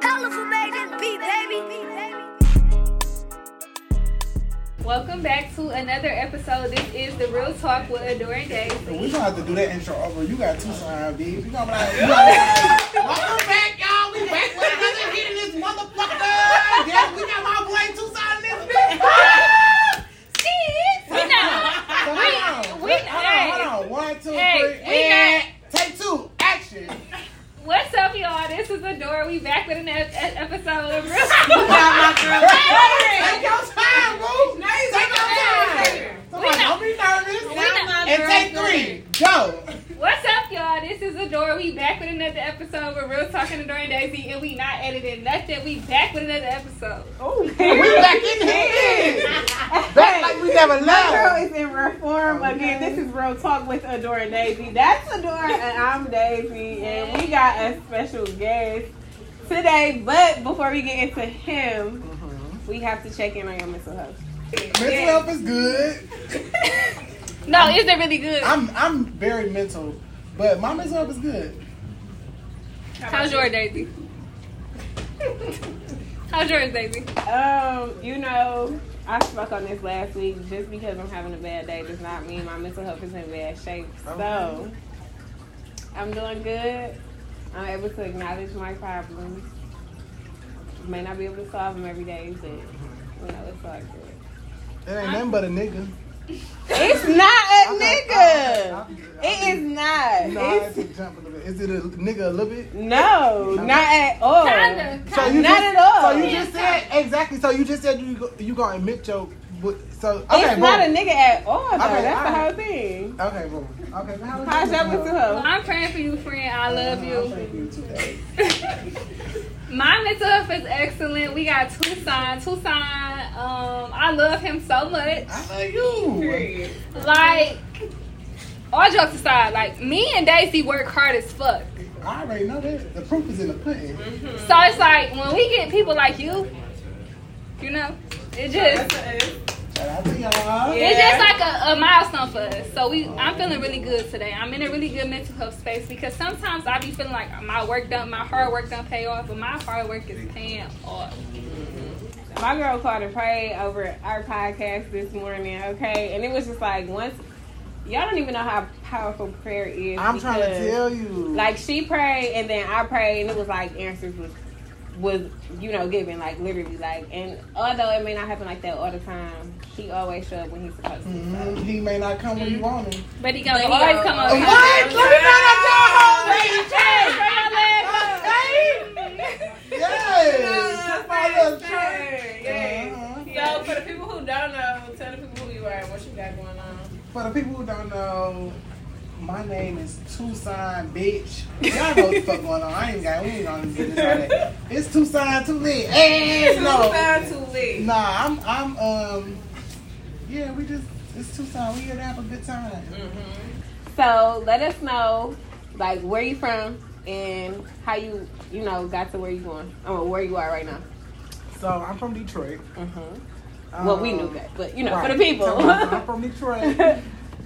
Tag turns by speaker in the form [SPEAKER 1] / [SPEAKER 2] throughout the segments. [SPEAKER 1] play this beat, baby.
[SPEAKER 2] Welcome back to another episode. This is the Real Talk with Adore and Daisy.
[SPEAKER 3] We gonna have to do that intro over. You got two signs, bitch. You gonna like, you gonna
[SPEAKER 4] Welcome back, y'all. We back with another hit in this motherfucker. Yes, we got my boy Tucson in this bitch.
[SPEAKER 2] We know.
[SPEAKER 3] like, hold on,
[SPEAKER 2] We- we-
[SPEAKER 3] hold on, hold on. One, two,
[SPEAKER 2] hey,
[SPEAKER 3] three,
[SPEAKER 2] we
[SPEAKER 3] and take two, action.
[SPEAKER 2] What's up, y'all? This is Adore. We back with another e-, episode of Real Talk.
[SPEAKER 4] Take your time, boo. Take your time.
[SPEAKER 3] Somebody, don't be
[SPEAKER 2] We
[SPEAKER 3] nervous.
[SPEAKER 2] know.
[SPEAKER 4] And take three.
[SPEAKER 3] Go.
[SPEAKER 2] What's up, y'all? This is Adore. We back with another episode of Real Talk and Adore and Daisy, and we not editing nothing. We back with another episode.
[SPEAKER 5] Oh,
[SPEAKER 3] We back in here. Back like we never
[SPEAKER 5] Girl
[SPEAKER 3] left.
[SPEAKER 5] is in rare form again. This is real talk with Adora Daisy. That's Adora and I'm Daisy, and we got a special guest today. But before we get into him, we have to check in on your mental health.
[SPEAKER 3] Mental health is good.
[SPEAKER 2] No, is it really good?
[SPEAKER 3] I'm I'm very mental, but my mental health is good.
[SPEAKER 2] How's yours, Daisy? How's yours, Daisy?
[SPEAKER 5] Um, you know, I spoke on this last week. Just because I'm having a bad day does not mean my mental health is in bad shape. So I'm doing good. I'm able to acknowledge my problems. May not be able to solve them every day, but you know, it's all good.
[SPEAKER 3] It ain't nothing but a nigga.
[SPEAKER 5] It's not a
[SPEAKER 3] I-
[SPEAKER 5] nigga. It is not.
[SPEAKER 3] No, I had
[SPEAKER 5] It's
[SPEAKER 3] to jump a little bit. Is it a nigga a little bit?
[SPEAKER 5] no, not at all.
[SPEAKER 4] Oh.
[SPEAKER 2] Kinda.
[SPEAKER 3] So you
[SPEAKER 5] Not
[SPEAKER 3] just,
[SPEAKER 5] at all.
[SPEAKER 3] So you just said exactly. So you just said you go, you gonna admit your. but- So okay,
[SPEAKER 5] It's
[SPEAKER 3] boom.
[SPEAKER 5] not a nigga at all. Though.
[SPEAKER 3] Okay,
[SPEAKER 5] That's the
[SPEAKER 3] alright.
[SPEAKER 5] whole thing.
[SPEAKER 3] Okay, boom. Okay, now
[SPEAKER 5] How's your mental
[SPEAKER 2] Well,
[SPEAKER 5] health?
[SPEAKER 2] I'm praying for you, friend. I love
[SPEAKER 3] I'll
[SPEAKER 2] you.
[SPEAKER 3] thank you today.
[SPEAKER 2] My mental health is excellent. We got Tucson. Tucson, um, I love him so much.
[SPEAKER 3] I love you.
[SPEAKER 2] Like, all jokes aside, like me and Daisy work hard as fuck.
[SPEAKER 3] I already know that. The proof is in the pudding.
[SPEAKER 2] So it's like when we get people like you, you know, it just
[SPEAKER 3] Shout out to y'all.
[SPEAKER 2] it's just like a, a milestone for us. So we, I'm feeling really good today. I'm in a really good mental health space because sometimes I be feeling like my work done, my hard work done pay off, but my hard work is paying off.
[SPEAKER 5] My girl called and prayed over our podcast this morning, okay? And it was just like once y'all don't even know how powerful prayer is.
[SPEAKER 3] I'm trying to
[SPEAKER 5] because,
[SPEAKER 3] tell you.
[SPEAKER 5] Like she prayed and then I prayed and it was like answers was was you know given like literally like and although it may not happen like that all the time, he always show up when he's supposed to.
[SPEAKER 3] Mhm, he may not come
[SPEAKER 5] Mm-hmm.
[SPEAKER 3] when you want him.
[SPEAKER 2] But he gonna always come up.
[SPEAKER 3] What? Let me not at y'all. Yes. Uh-huh. That's my little trick.
[SPEAKER 6] So for the people who don't know, tell the people who you are and what you got going on.
[SPEAKER 3] For the people who don't know, my name is Tucson, bitch. Y'all know what the fuck going on. I ain't got, we ain't on this business all that. It's Tucson too lit. Hey, no.
[SPEAKER 6] Too late.
[SPEAKER 3] Nah, I'm, I'm, um, yeah, we just, it's Tucson. We here to have a good time.
[SPEAKER 5] Mm. So let us know like where you from and how you you know got to where you going or where you are right now.
[SPEAKER 3] So I'm from Detroit.
[SPEAKER 5] hmm Well, we knew
[SPEAKER 3] Um,
[SPEAKER 5] that, but you know,
[SPEAKER 3] Mm-hmm. Right.
[SPEAKER 5] for the people.
[SPEAKER 3] So, I'm from Detroit.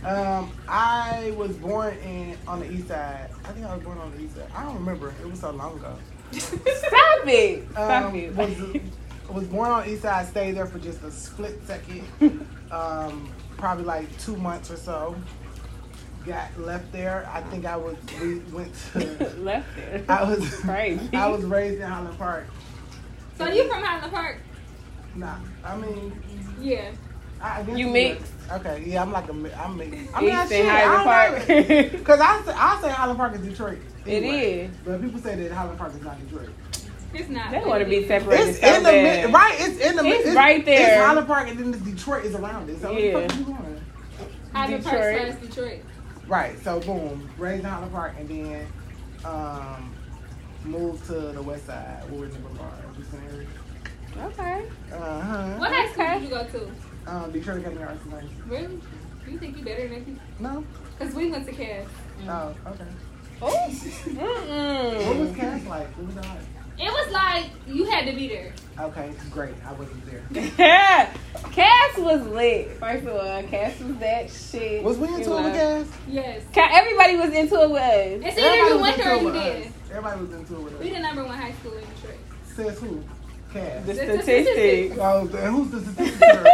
[SPEAKER 3] Um, I was born in on the east side. I think I was born on the east side. I don't remember. It was so long ago.
[SPEAKER 5] Stop it! Stop
[SPEAKER 3] Um,
[SPEAKER 5] it!
[SPEAKER 3] was, was born on the east side. Stayed there for just a split second. um, probably like two months or so. Got left there. I think I was we went to.
[SPEAKER 5] Left there.
[SPEAKER 3] I was
[SPEAKER 5] Crazy.
[SPEAKER 3] I was raised in Highland Park.
[SPEAKER 2] So you from Highland Park?
[SPEAKER 3] Nah, I mean
[SPEAKER 2] Yeah.
[SPEAKER 3] I guess
[SPEAKER 5] You
[SPEAKER 3] it
[SPEAKER 5] mixed?
[SPEAKER 3] was. Okay, yeah, I'm like a mi- I'm mixed. I mean, I
[SPEAKER 5] East and
[SPEAKER 3] shit, I don't
[SPEAKER 5] Highland Park.
[SPEAKER 3] know.
[SPEAKER 5] it
[SPEAKER 3] Because I, say- I say Highland Park is Detroit.
[SPEAKER 5] is.
[SPEAKER 3] But people say that Highland Park is not Detroit.
[SPEAKER 2] It's not.
[SPEAKER 5] They want to be separated.
[SPEAKER 3] It's
[SPEAKER 5] so
[SPEAKER 3] in the
[SPEAKER 5] bad.
[SPEAKER 3] mid, right? It's in the mid.
[SPEAKER 5] It's right there.
[SPEAKER 3] It's Highland Park and then the Detroit is around it. So what the
[SPEAKER 5] Yeah.
[SPEAKER 3] fuck you going?
[SPEAKER 2] Highland Park
[SPEAKER 5] Detroit.
[SPEAKER 2] slash Detroit.
[SPEAKER 3] Right. So boom, raised in Highland Park and then um, moved to the west side. We were in the Boulevard.
[SPEAKER 5] Okay.
[SPEAKER 3] Uh huh.
[SPEAKER 2] What high school did you go to?
[SPEAKER 3] Um, Detroit Academy of Arts and Sciences.
[SPEAKER 2] Really? You think you better than me?
[SPEAKER 3] No.
[SPEAKER 2] Cause we went to Cass.
[SPEAKER 3] Oh, okay. What was
[SPEAKER 5] Mm-mm.
[SPEAKER 3] Cass like? What was that like?
[SPEAKER 2] It was like you had to be there.
[SPEAKER 3] Okay, great. I wasn't there.
[SPEAKER 5] Cass was lit. First of all, Cass was that shit.
[SPEAKER 3] Was we
[SPEAKER 5] You
[SPEAKER 3] into it
[SPEAKER 5] know.
[SPEAKER 3] with Cass?
[SPEAKER 2] Yes.
[SPEAKER 5] Ca- Everybody was into it with us.
[SPEAKER 2] It's either you
[SPEAKER 3] was
[SPEAKER 2] went
[SPEAKER 3] into
[SPEAKER 2] there or
[SPEAKER 3] it
[SPEAKER 2] you
[SPEAKER 3] with
[SPEAKER 2] did.
[SPEAKER 3] us. Everybody was into it with us.
[SPEAKER 2] We the number one high school in Detroit.
[SPEAKER 3] says who? Cass.
[SPEAKER 5] The
[SPEAKER 2] statistics.
[SPEAKER 5] statistics.
[SPEAKER 3] Oh, then who's the statistics? girl?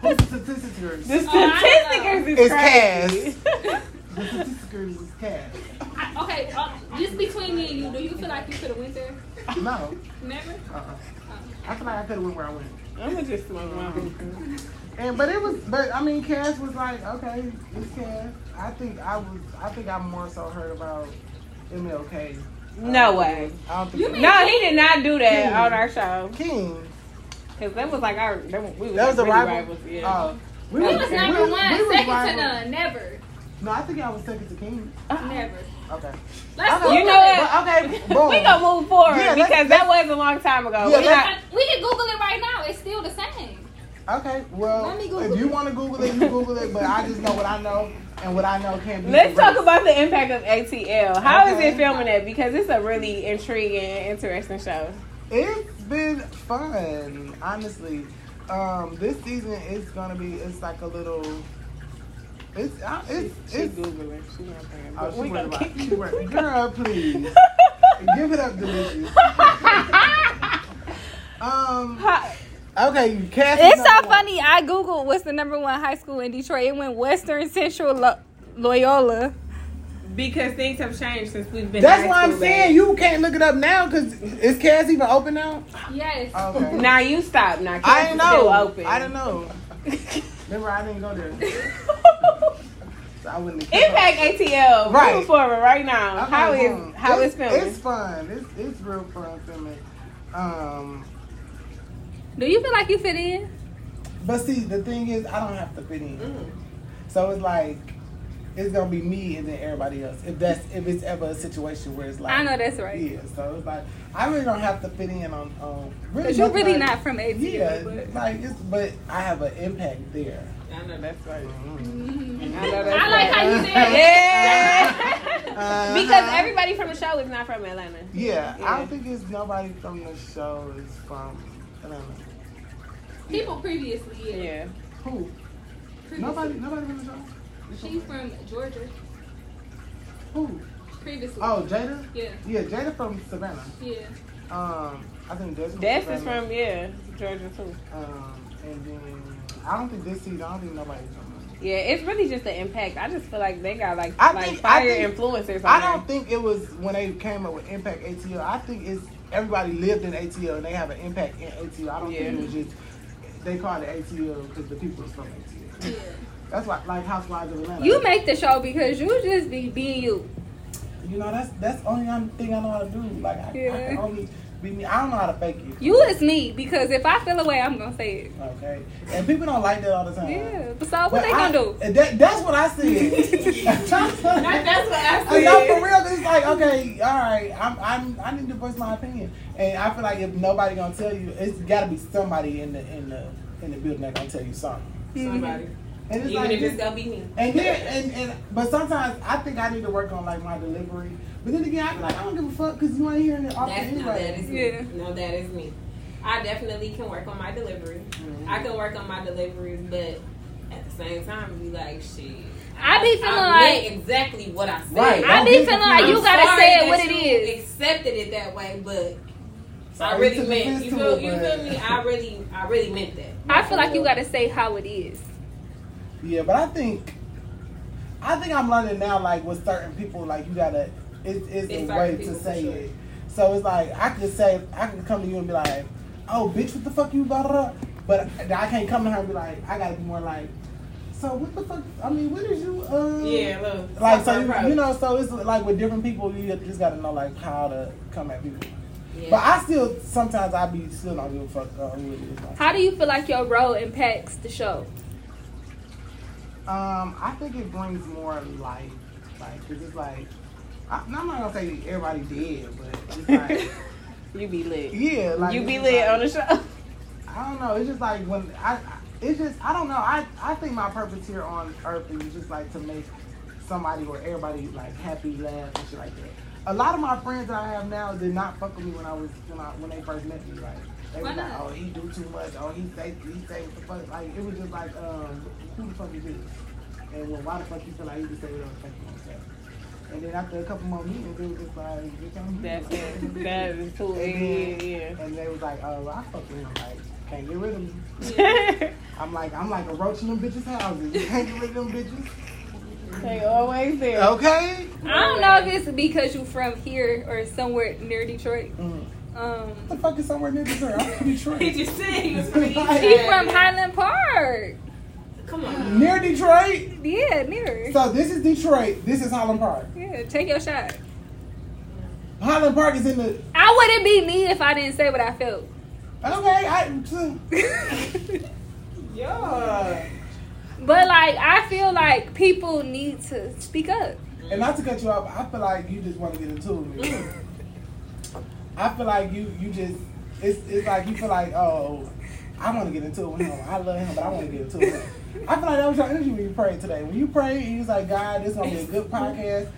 [SPEAKER 3] who's the statistics? girl?
[SPEAKER 5] The
[SPEAKER 2] Oh, I
[SPEAKER 3] It's
[SPEAKER 5] statistics is crazy.
[SPEAKER 3] The statistics girl is Cass.
[SPEAKER 2] I- okay, uh, just between me and you, do you feel like you could have went there?
[SPEAKER 3] No.
[SPEAKER 2] Never.
[SPEAKER 3] Uh-uh. I feel like I could have went where I went.
[SPEAKER 5] I'm gonna just smoke my
[SPEAKER 3] And but it was but I mean Cass was like, okay, it's Cass. I think I was I think I more so heard about MLK.
[SPEAKER 5] No way.
[SPEAKER 3] I don't think
[SPEAKER 2] You mean-
[SPEAKER 5] No, he did not do that on our show.
[SPEAKER 3] King.
[SPEAKER 5] Cause that was like our that was, we was
[SPEAKER 3] That was a
[SPEAKER 5] like really
[SPEAKER 3] rival.
[SPEAKER 5] rivals. Yeah.
[SPEAKER 3] Oh. we
[SPEAKER 2] He
[SPEAKER 3] were-
[SPEAKER 2] was number
[SPEAKER 3] we-
[SPEAKER 2] one,
[SPEAKER 3] we
[SPEAKER 2] second
[SPEAKER 3] was
[SPEAKER 2] to
[SPEAKER 3] rival-
[SPEAKER 2] none. Never.
[SPEAKER 3] No, I think I was second to King.
[SPEAKER 2] Never.
[SPEAKER 3] Okay.
[SPEAKER 2] Let's
[SPEAKER 3] Okay.
[SPEAKER 2] Google
[SPEAKER 5] You know
[SPEAKER 2] it.
[SPEAKER 5] what?
[SPEAKER 3] But, okay, boom.
[SPEAKER 5] We gonna move forward
[SPEAKER 3] Yeah, let's-
[SPEAKER 5] because that was a long time ago.
[SPEAKER 3] Yeah,
[SPEAKER 5] we
[SPEAKER 3] let's-
[SPEAKER 5] not,
[SPEAKER 2] We can Google it right now. It's still the same.
[SPEAKER 3] Okay, well,
[SPEAKER 2] Let me Google
[SPEAKER 3] if you want to Google it, you Google it. But I just know what I know, and what I know can't be.
[SPEAKER 5] let's talk
[SPEAKER 3] erased.
[SPEAKER 5] about the impact of ATL. How is
[SPEAKER 3] Okay.
[SPEAKER 5] it filming that? Because it's a really intriguing and interesting show.
[SPEAKER 3] It's been fun, honestly. Um, this season is gonna be. It's like a little. It's I- it's
[SPEAKER 5] She
[SPEAKER 3] it's.
[SPEAKER 5] googling. She not paying.
[SPEAKER 3] Oh,
[SPEAKER 5] But
[SPEAKER 3] she
[SPEAKER 5] we
[SPEAKER 3] worried
[SPEAKER 5] gonna
[SPEAKER 3] about.
[SPEAKER 5] keep-
[SPEAKER 3] She worried. Girl, please give it up, delicious. Um. Okay, Cassie.
[SPEAKER 2] It's so
[SPEAKER 3] number one.
[SPEAKER 2] funny. I googled what's the number one high school in Detroit. It went Western Central Lo- Loyola.
[SPEAKER 5] because things have changed since we've been.
[SPEAKER 3] That's
[SPEAKER 5] high
[SPEAKER 3] why I'm
[SPEAKER 5] school, babe.
[SPEAKER 3] saying you can't look it up now because is Cass even open now?
[SPEAKER 2] Yes.
[SPEAKER 3] Okay.
[SPEAKER 5] Now you stop. Now
[SPEAKER 3] I
[SPEAKER 5] Kansas
[SPEAKER 3] didn't
[SPEAKER 5] is
[SPEAKER 3] know.
[SPEAKER 5] Still open.
[SPEAKER 3] I didn't know. Remember, I didn't go there. So I wouldn't. have kept up.
[SPEAKER 5] Impact ATL.
[SPEAKER 3] Right.
[SPEAKER 5] Move forward right now.
[SPEAKER 3] Okay,
[SPEAKER 5] how
[SPEAKER 3] boom.
[SPEAKER 5] is how
[SPEAKER 3] it's,
[SPEAKER 5] it's, filming?
[SPEAKER 3] It's fun. It's it's real fun filming. Um,
[SPEAKER 2] Do you feel like you fit in?
[SPEAKER 3] but see, the thing is, I don't have to fit in, so it's like it's gonna be me and then everybody else. If that's if it's ever a situation where it's like
[SPEAKER 2] I know that's right.
[SPEAKER 3] Yeah, so it's like I really don't have to fit in on on really.
[SPEAKER 2] Cause you're
[SPEAKER 3] nothing
[SPEAKER 2] really
[SPEAKER 3] like-
[SPEAKER 2] not from ATL.
[SPEAKER 3] Yeah,
[SPEAKER 2] but-
[SPEAKER 3] like it's but I have an impact there.
[SPEAKER 5] I know that's right. I know that's
[SPEAKER 2] I like how you said it.
[SPEAKER 5] Yeah.
[SPEAKER 3] Uh-huh.
[SPEAKER 5] because everybody from the show is not from Atlanta.
[SPEAKER 3] Yeah, I
[SPEAKER 5] Yeah.
[SPEAKER 3] don't think it's nobody from the show is from. I don't know.
[SPEAKER 2] People previously, yeah.
[SPEAKER 5] Yeah.
[SPEAKER 3] Who? Nobody. Nobody from the show.
[SPEAKER 2] She's from Georgia.
[SPEAKER 3] Who?
[SPEAKER 2] Previously.
[SPEAKER 3] Oh, Jada.
[SPEAKER 2] Yeah.
[SPEAKER 3] Yeah, Jada from Savannah.
[SPEAKER 2] Yeah.
[SPEAKER 3] Um, I think Des from
[SPEAKER 5] Des is
[SPEAKER 3] Savannah.
[SPEAKER 5] from yeah Georgia too.
[SPEAKER 3] Um, and then I don't think this season. I don't think nobody's from.
[SPEAKER 5] Yeah, it's really just the impact. I just feel like they got like
[SPEAKER 3] I
[SPEAKER 5] like
[SPEAKER 3] think- I
[SPEAKER 5] fire
[SPEAKER 3] think-
[SPEAKER 5] influencers.
[SPEAKER 3] I
[SPEAKER 5] on
[SPEAKER 3] don't
[SPEAKER 5] there.
[SPEAKER 3] think it was when they came up with Impact ATL. I think it's everybody lived in ATL and they have an impact in ATL. I don't think it was just they called it ATL because the people was from ATL.
[SPEAKER 2] Yeah.
[SPEAKER 3] That's why, like Housewives of Atlanta.
[SPEAKER 2] You make the show because you just be being you.
[SPEAKER 3] you know that's that's the only I'm- thing I know how to do. Like I, I can
[SPEAKER 2] Yeah.
[SPEAKER 3] only be me. I don't know how to fake it.
[SPEAKER 2] You is me because if I feel away, I'm gonna say it.
[SPEAKER 3] Okay, and people don't like that all the time.
[SPEAKER 2] Yeah. But so what
[SPEAKER 3] But
[SPEAKER 2] they
[SPEAKER 3] I-
[SPEAKER 2] gonna do?
[SPEAKER 3] That, that's what I said. that's what
[SPEAKER 5] That's what I
[SPEAKER 3] I know for real. 'cause It's like okay, all right. I'm, I'm, I need to voice my opinion, and I feel like if nobody gonna tell you, it's got to be somebody in the in the in the building that gonna tell you something.
[SPEAKER 6] Somebody.
[SPEAKER 3] And it's
[SPEAKER 6] Even
[SPEAKER 3] like,
[SPEAKER 6] if it's gonna be me.
[SPEAKER 3] and then and, and but sometimes I think I need to work on like my delivery. But then again, I be like, I don't give a fuck because you ain't hearing it off
[SPEAKER 6] That's not that
[SPEAKER 3] anyway.
[SPEAKER 6] is me.
[SPEAKER 2] Yeah.
[SPEAKER 6] No, that is me. I definitely can work on my delivery. I can work on my deliveries, but at the same time, be like, shit.
[SPEAKER 2] I be feeling
[SPEAKER 6] I
[SPEAKER 2] like
[SPEAKER 6] meant exactly what I said.
[SPEAKER 3] Right.
[SPEAKER 2] I be feeling like you
[SPEAKER 6] I'm
[SPEAKER 2] gotta
[SPEAKER 6] sorry
[SPEAKER 2] say it
[SPEAKER 6] that
[SPEAKER 2] what it
[SPEAKER 6] you
[SPEAKER 2] is.
[SPEAKER 6] Accepted it that way, but I
[SPEAKER 3] Sorry
[SPEAKER 6] really
[SPEAKER 3] to
[SPEAKER 6] meant.
[SPEAKER 3] the
[SPEAKER 6] You feel,
[SPEAKER 3] festival,
[SPEAKER 6] you
[SPEAKER 3] but-
[SPEAKER 6] feel me? I really, I really meant that.
[SPEAKER 2] I feel like you gotta say how it is.
[SPEAKER 3] Yeah, but I think I think I'm learning now. Like with certain people, like you gotta it's it's a
[SPEAKER 6] It's
[SPEAKER 3] way
[SPEAKER 6] certain
[SPEAKER 3] to
[SPEAKER 6] people,
[SPEAKER 3] say
[SPEAKER 6] for sure.
[SPEAKER 3] it. So it's like I could say I could come to you and be like, "Oh, bitch, what the fuck you blah, blah, blah." But I can't come to her and be like, I gotta be more like, "So what the fuck? I mean, what is you?" Uh,
[SPEAKER 6] Yeah, look.
[SPEAKER 3] Like so
[SPEAKER 6] proper
[SPEAKER 3] you,
[SPEAKER 6] approach.
[SPEAKER 3] you know so it's like with different people you just gotta know like how to come at people.
[SPEAKER 6] Yeah.
[SPEAKER 3] But I still sometimes I be still not give a fuck uh, who it is. Like,
[SPEAKER 2] How do you feel like your role impacts the show?
[SPEAKER 3] Um, I think it brings more life, like 'cause it's like I, I'm not gonna say everybody dead, but it's like
[SPEAKER 5] You be lit.
[SPEAKER 3] yeah, like
[SPEAKER 5] You be
[SPEAKER 3] it's
[SPEAKER 5] lit
[SPEAKER 3] like-
[SPEAKER 5] on the show.
[SPEAKER 3] I don't know. It's just like when I, I- it's just I don't know. I I think my purpose here on earth is just like to make somebody or everybody like happy, laugh and shit like that. A lot of my friends that I have now did not fuck with me when I was when I when they first met me. Like they
[SPEAKER 2] Why
[SPEAKER 3] was like,
[SPEAKER 2] not?
[SPEAKER 3] oh he do too much, oh he say he say what the fuck. Like it was just like um who the fuck is this? And well, why the fuck you feel like you can say whatever the fuck you want to say? And then after a couple more meetings, it was just like, bitch, I'm here.
[SPEAKER 5] That's
[SPEAKER 3] Like,
[SPEAKER 5] it. That is who
[SPEAKER 3] and
[SPEAKER 5] it
[SPEAKER 3] then,
[SPEAKER 5] is. Yeah.
[SPEAKER 3] and they was like, "Oh, well, I fuck with him. Like, can't get rid of me."
[SPEAKER 5] they
[SPEAKER 3] I'm like, I'm like a roach in them bitches' houses. You can't get rid of them bitches.
[SPEAKER 5] always there.
[SPEAKER 3] Okay.
[SPEAKER 2] I don't know if it's because you from here or somewhere near Detroit.
[SPEAKER 3] Mhm.
[SPEAKER 2] Um,
[SPEAKER 3] What the fuck is somewhere near Detroit? I'm from
[SPEAKER 6] He
[SPEAKER 3] Detroit.
[SPEAKER 6] just said he was from the east
[SPEAKER 2] she
[SPEAKER 6] side.
[SPEAKER 2] from Highland Park.
[SPEAKER 6] Come on.
[SPEAKER 3] near Detroit.
[SPEAKER 2] Yeah, near.
[SPEAKER 3] So this is Detroit. This is Holland Park.
[SPEAKER 2] Yeah, take your shot.
[SPEAKER 3] Holland Park is in the.
[SPEAKER 2] I wouldn't be me if I didn't say what I felt.
[SPEAKER 3] Okay, I.
[SPEAKER 4] Yeah.
[SPEAKER 2] But like, I feel like people need to speak up.
[SPEAKER 3] And not to cut you off, I feel like you just want to get into it. with me.
[SPEAKER 2] Mm-hmm.
[SPEAKER 3] I feel like you you just it's it's like you feel like oh I want to get into it with him. I love him, but I want to get into it. With him. I feel like that was your energy when you prayed today. When you prayed, you was like, God, this gonna be a good podcast.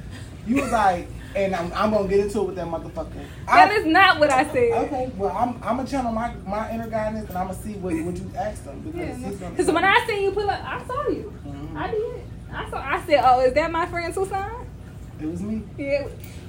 [SPEAKER 3] You was like, and I'm, I'm gonna get into it with that motherfucker.
[SPEAKER 2] That
[SPEAKER 3] I-
[SPEAKER 2] is not what I said.
[SPEAKER 3] Okay, well, I'm I'm gonna channel my, my inner guidance, and I'm gonna see what what you asked them because he's gonna-
[SPEAKER 2] Because when I seen you pull up, I saw you.
[SPEAKER 3] Mhm.
[SPEAKER 2] I did. I saw. I said, "Oh, is that my friend Susan?"
[SPEAKER 3] it was me.
[SPEAKER 2] Yeah,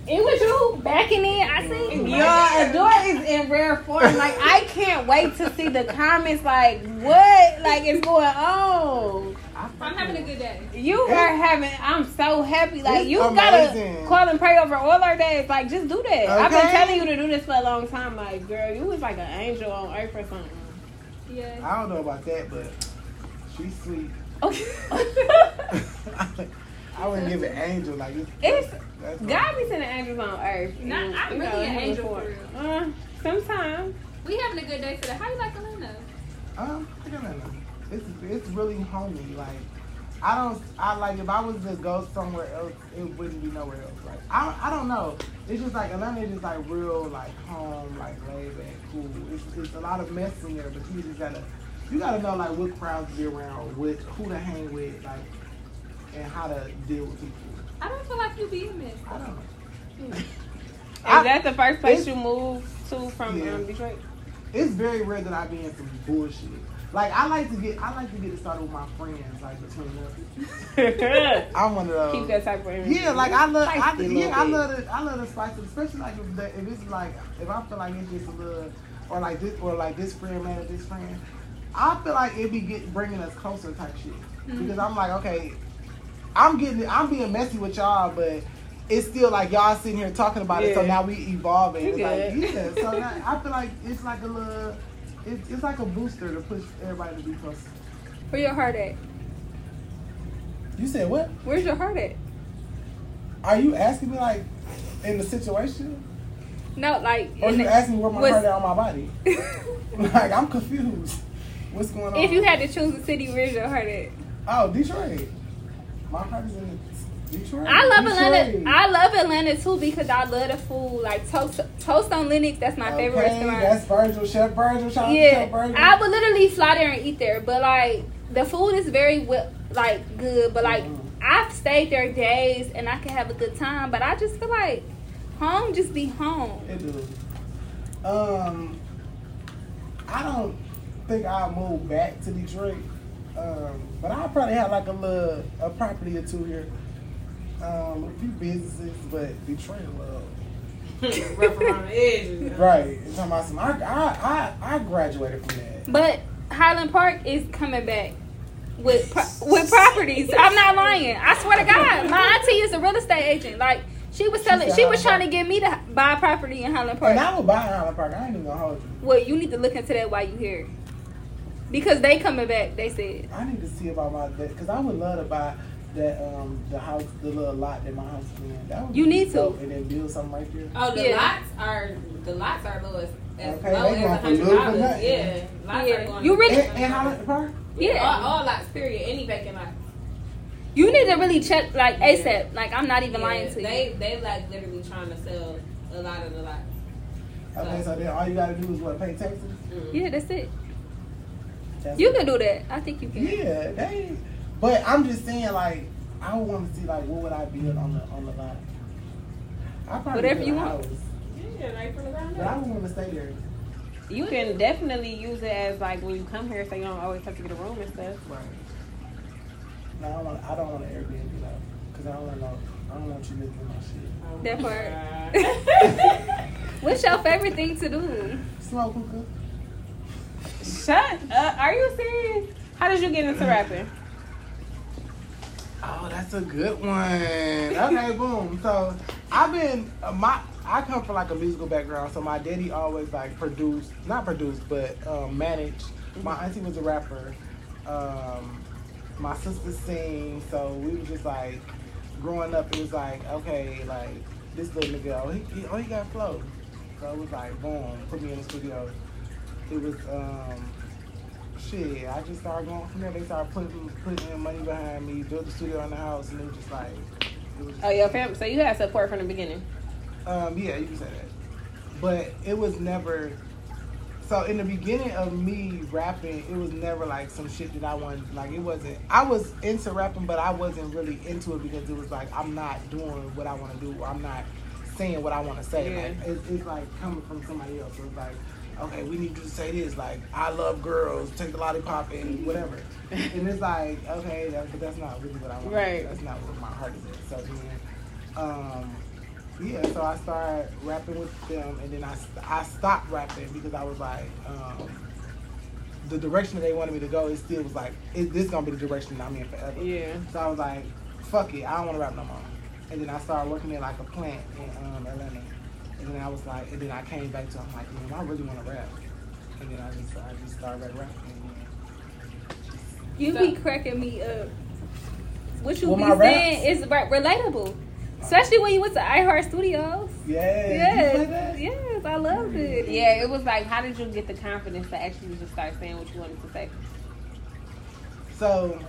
[SPEAKER 2] it was you backing in. I seen you.
[SPEAKER 5] Y'all, Adore is in rare form. Like, I can't wait to see the comments. Like, what? Like, is going on?
[SPEAKER 2] I'm having a good day.
[SPEAKER 5] You are having. I'm so happy. Like,
[SPEAKER 3] It's
[SPEAKER 5] you
[SPEAKER 3] amazing.
[SPEAKER 5] gotta call and pray over all our days. Like, just do that. I've been
[SPEAKER 3] Okay.
[SPEAKER 5] telling you to do this for a long time. Like, girl, you was like an angel on earth or something.
[SPEAKER 2] Yeah.
[SPEAKER 3] I don't know about that, but she's sweet.
[SPEAKER 5] Okay.
[SPEAKER 3] I wouldn't give an angel like this.
[SPEAKER 5] it's
[SPEAKER 3] That's
[SPEAKER 5] God be sending angels on earth.
[SPEAKER 2] Nah,
[SPEAKER 5] And,
[SPEAKER 2] I'm
[SPEAKER 5] you
[SPEAKER 2] really
[SPEAKER 5] know,
[SPEAKER 2] an
[SPEAKER 5] heaven
[SPEAKER 2] angel
[SPEAKER 5] for
[SPEAKER 2] for
[SPEAKER 5] it.
[SPEAKER 2] real.
[SPEAKER 5] Uh, sometimes.
[SPEAKER 2] We having a good day today. How you like Atlanta?
[SPEAKER 3] Um, I don't know. It's it's really homey. Like I don't. I like if I was to go somewhere else, it wouldn't be nowhere else. Like I I don't know. It's just like Atlanta is just like real like home, like laid back, cool. It's, it's a lot of mess in there, but you just gotta you gotta know like what crowds to be around, what who to hang with, like and how to deal with people.
[SPEAKER 2] I don't feel like you being missed.
[SPEAKER 3] I don't know.
[SPEAKER 5] Is
[SPEAKER 3] I-
[SPEAKER 5] that the first place
[SPEAKER 3] it's-
[SPEAKER 5] you moved to from
[SPEAKER 3] Yeah.
[SPEAKER 5] um, Detroit?
[SPEAKER 3] it's very rare that I be in some bullshit. Like I like to get I like to get it started with my friends, like between us.
[SPEAKER 5] Keep
[SPEAKER 3] I'm one of those.
[SPEAKER 5] that type of energy.
[SPEAKER 3] Yeah, like I love,
[SPEAKER 5] Spice
[SPEAKER 3] I,
[SPEAKER 5] it a
[SPEAKER 3] yeah,
[SPEAKER 5] little
[SPEAKER 3] I
[SPEAKER 5] bit.
[SPEAKER 3] love it. I love the spices, especially like if, the, if it's like if I feel like it's just a little, or like this, or like this friend man, this friend. I feel like it be get, bringing us closer type shit
[SPEAKER 5] Mm-hmm.
[SPEAKER 3] because I'm like, okay, I'm getting, I'm being messy with y'all, but it's still like y'all sitting here talking about it. So
[SPEAKER 5] Yeah.
[SPEAKER 3] now we evolving.
[SPEAKER 5] You
[SPEAKER 3] It's
[SPEAKER 5] good.
[SPEAKER 3] like yeah. So now, I feel like it's like a little, it's, it's like a booster to push everybody to be closer.
[SPEAKER 2] Where your heart at?
[SPEAKER 3] You said what?
[SPEAKER 2] Where's your heart at?
[SPEAKER 3] Are you asking me like in the situation,
[SPEAKER 2] No, like.
[SPEAKER 3] or Oh, you asking me where my
[SPEAKER 2] Was-
[SPEAKER 3] heart at on my body?
[SPEAKER 2] if
[SPEAKER 3] Like I'm confused. What's going on?
[SPEAKER 2] you had to choose a city, where's your heart at?
[SPEAKER 3] oh Detroit, my heart is in Detroit.
[SPEAKER 2] I love
[SPEAKER 3] Detroit.
[SPEAKER 2] Atlanta. I love Atlanta too because I love the food. Like toast, toast on Linux. That's my favorite
[SPEAKER 3] Okay,
[SPEAKER 2] restaurant.
[SPEAKER 3] That's Virgil, Chef Virgil, shout out to Chef
[SPEAKER 2] yeah,
[SPEAKER 3] Virgil.
[SPEAKER 2] I would literally fly there and eat there. But like the food is very well, like good. But like
[SPEAKER 3] Mhm.
[SPEAKER 2] I've stayed there days and I can have a good time. But I just feel like home just be home.
[SPEAKER 3] It do. Um, I don't think I'll move back to Detroit, um, but I'll probably have like a little a property or two here, um, a few businesses. But Detroit, love.
[SPEAKER 6] Rough around the edges.
[SPEAKER 3] Right, You're talking about some. I, I I I graduated from that.
[SPEAKER 2] But Highland Park is coming back with pro- with properties. I'm not lying. I swear to God, my auntie is a real estate agent. Like she was telling,
[SPEAKER 3] said
[SPEAKER 2] she was trying to
[SPEAKER 3] Highland
[SPEAKER 2] get me to buy property in Highland Park.
[SPEAKER 3] And I will buy Highland Park. I ain't even gonna hold you.
[SPEAKER 2] Well, you need to look into that while you here, because they coming back. They said.
[SPEAKER 3] I need to see about my that because I would love to buy that um the house, the little lot that my house is in. That would
[SPEAKER 2] You
[SPEAKER 3] be
[SPEAKER 2] need to.
[SPEAKER 3] dope, and then build something right there.
[SPEAKER 6] Oh, the
[SPEAKER 2] Yeah.
[SPEAKER 6] lots are the lots are low as, as
[SPEAKER 3] Okay,
[SPEAKER 6] low
[SPEAKER 3] they
[SPEAKER 6] as a
[SPEAKER 3] going for
[SPEAKER 6] hundred
[SPEAKER 3] little for
[SPEAKER 6] dollars.
[SPEAKER 3] nothing.
[SPEAKER 6] Yeah, lots
[SPEAKER 2] Yeah.
[SPEAKER 6] are going.
[SPEAKER 2] You
[SPEAKER 6] up.
[SPEAKER 2] really-
[SPEAKER 3] And, and Highland Park.
[SPEAKER 2] Yeah.
[SPEAKER 6] all, all lots. Period. Any vacant lot.
[SPEAKER 2] You need to really check like
[SPEAKER 6] Yeah.
[SPEAKER 2] ASAP. Like I'm not even lying
[SPEAKER 6] Yeah,
[SPEAKER 2] to
[SPEAKER 6] They they like literally trying to sell a lot of the lots.
[SPEAKER 3] Okay, so then all you gotta do is what pay taxes.
[SPEAKER 2] you. Yeah, that's it.
[SPEAKER 3] That's
[SPEAKER 2] You can do that. I think you can.
[SPEAKER 3] Yeah, they. But I'm just saying, like, I would want to see like what would I build on the on the lot. I probably
[SPEAKER 2] Whatever
[SPEAKER 3] build
[SPEAKER 2] you
[SPEAKER 3] a
[SPEAKER 2] want.
[SPEAKER 3] house,
[SPEAKER 6] Yeah, like from the ground
[SPEAKER 3] but I
[SPEAKER 6] up.
[SPEAKER 3] would want to stay there.
[SPEAKER 5] You can definitely use it as like when you come here, so you don't always have to get a room and stuff.
[SPEAKER 6] Oh
[SPEAKER 3] Right. No, I don't want. I don't want an Airbnb though, because I don't want to know. I don't want you looking at my shit.
[SPEAKER 2] That part.
[SPEAKER 6] God.
[SPEAKER 2] What's your favorite thing to do?
[SPEAKER 3] Slow cooker.
[SPEAKER 5] Shut up. Are you serious? How did you get into rapping?
[SPEAKER 3] Oh, that's a good one. Okay, boom. So I've been uh, my I come from like a musical background, so my daddy always like produced, not produced, but um, managed. My auntie was a rapper. Um, my sister sing, so we were just like growing up. It was like okay, like this little nigga, oh he, he, oh, he got flow. So it was like boom, put me in the studio. It was um, shit, I just started going from there. They started putting putting in money behind me, built the studio in the house, and it was just like, it was just,
[SPEAKER 5] Oh, your family. So you had support from the beginning.
[SPEAKER 3] um, yeah, you can say that. But it was never. So in the beginning of me rapping, it was never like some shit that I wanted. Like it wasn't. I was into rapping, but I wasn't really into it because it was like I'm not doing what I want to do. Or I'm not saying what I want to say.
[SPEAKER 5] Yeah.
[SPEAKER 3] Like it's, it's like coming from somebody else. It's like, okay, we need you to say this. Like, I love girls, take the lollipop and whatever. and it's like, okay, that, but that's not really what I want.
[SPEAKER 5] Right.
[SPEAKER 3] That's not what my heart is at. So then, um, yeah, so I started rapping with them, and then I, st- I stopped rapping because I was like, um, the direction that they wanted me to go, it still was like, is this gonna be the direction I'm in forever?
[SPEAKER 5] Yeah.
[SPEAKER 3] So I was like, fuck it, I don't want to rap no more. And then I started working at like a plant in um, Atlanta. And then I was like, and then I came back to, I'm like, man, I really want to rap. And then I just, I just started rapping.
[SPEAKER 2] You
[SPEAKER 6] So-
[SPEAKER 2] be cracking me up. What you
[SPEAKER 3] With my
[SPEAKER 2] be saying is re- relatable, especially when you went to iHeart Studios.
[SPEAKER 3] Yeah. Yes. You play
[SPEAKER 2] Yes,
[SPEAKER 3] that?
[SPEAKER 2] yes, I loved it.
[SPEAKER 5] Yeah, it was like, how did you get the confidence to actually just start saying what you wanted to say?
[SPEAKER 3] So,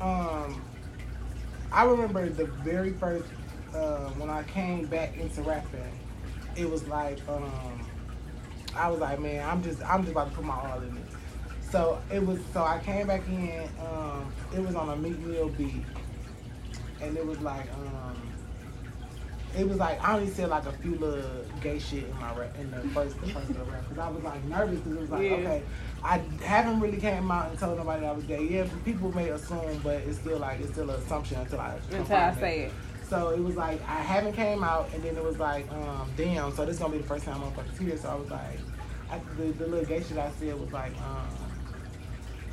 [SPEAKER 3] um, I remember the very first uh, when I came back into rapping, it was like um, I was like, man, I'm just I'm just about to put my all in it. So it was so I came back in. Um, it was on a Meek Mill beat, and it was like um, it was like I only said like a few little gay shit in my rap in the first the first little rap because I was like nervous because it was like
[SPEAKER 5] Yeah.
[SPEAKER 3] okay I haven't really came out and told nobody I was gay yeah people may assume but it's still like it's still an assumption until I
[SPEAKER 5] Until I
[SPEAKER 3] confirm it.
[SPEAKER 5] say it.
[SPEAKER 3] So it was like I haven't came out, and then it was like, um, damn. So this gonna be the first time I'm fucking serious. So I was like, I, the, the little gay shit I said was like, um,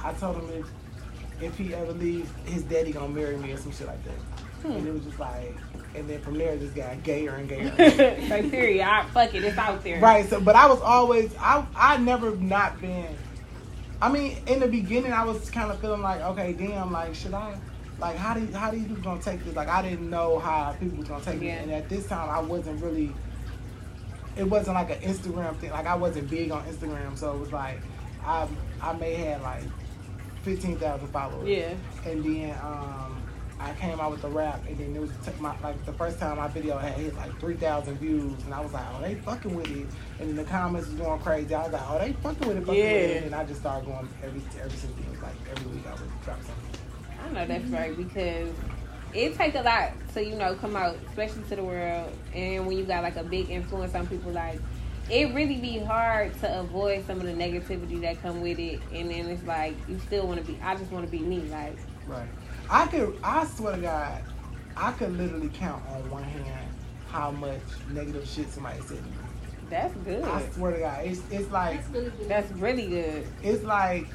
[SPEAKER 3] I told him if if he ever leaves, his daddy gonna marry me or some shit like that. And it was just like, and then from there it just got gayer and gayer.
[SPEAKER 5] like, period. I, fuck it. It's out there.
[SPEAKER 3] Right. So, but I was always I I never not been. I mean, in the beginning, I was kind of feeling like, okay, damn, like should I, like how do how these people gonna take this? Like I didn't know how people was gonna take
[SPEAKER 5] Yeah.
[SPEAKER 3] it, and at this time, I wasn't really. It wasn't like an Instagram thing. Like I wasn't big on Instagram, so it was like I I may have like fifteen thousand followers.
[SPEAKER 5] Yeah.
[SPEAKER 3] And then um, I came out with the rap, and then it was took my like the first time my video had hit like three thousand views, and I was like, oh, they fucking with it. And then the comments was going crazy. I was like, oh, they fucking with it, fucking with it.
[SPEAKER 5] Yeah.
[SPEAKER 3] And then I just started going every every since then. It was like every week I would drop something.
[SPEAKER 5] I know that's right because it take a lot to you know come out, especially to the world, and when you got like a big influence on people, like it really be hard to avoid some of the negativity that come with it, and then it's like you still want to be. I just want to be me, like
[SPEAKER 3] Right. I could. I swear to God, I could literally count on one hand how much negative shit somebody said. to me.
[SPEAKER 5] that's good.
[SPEAKER 3] I swear to God, it's it's like
[SPEAKER 2] That's really good.
[SPEAKER 5] That's really good.
[SPEAKER 3] it's like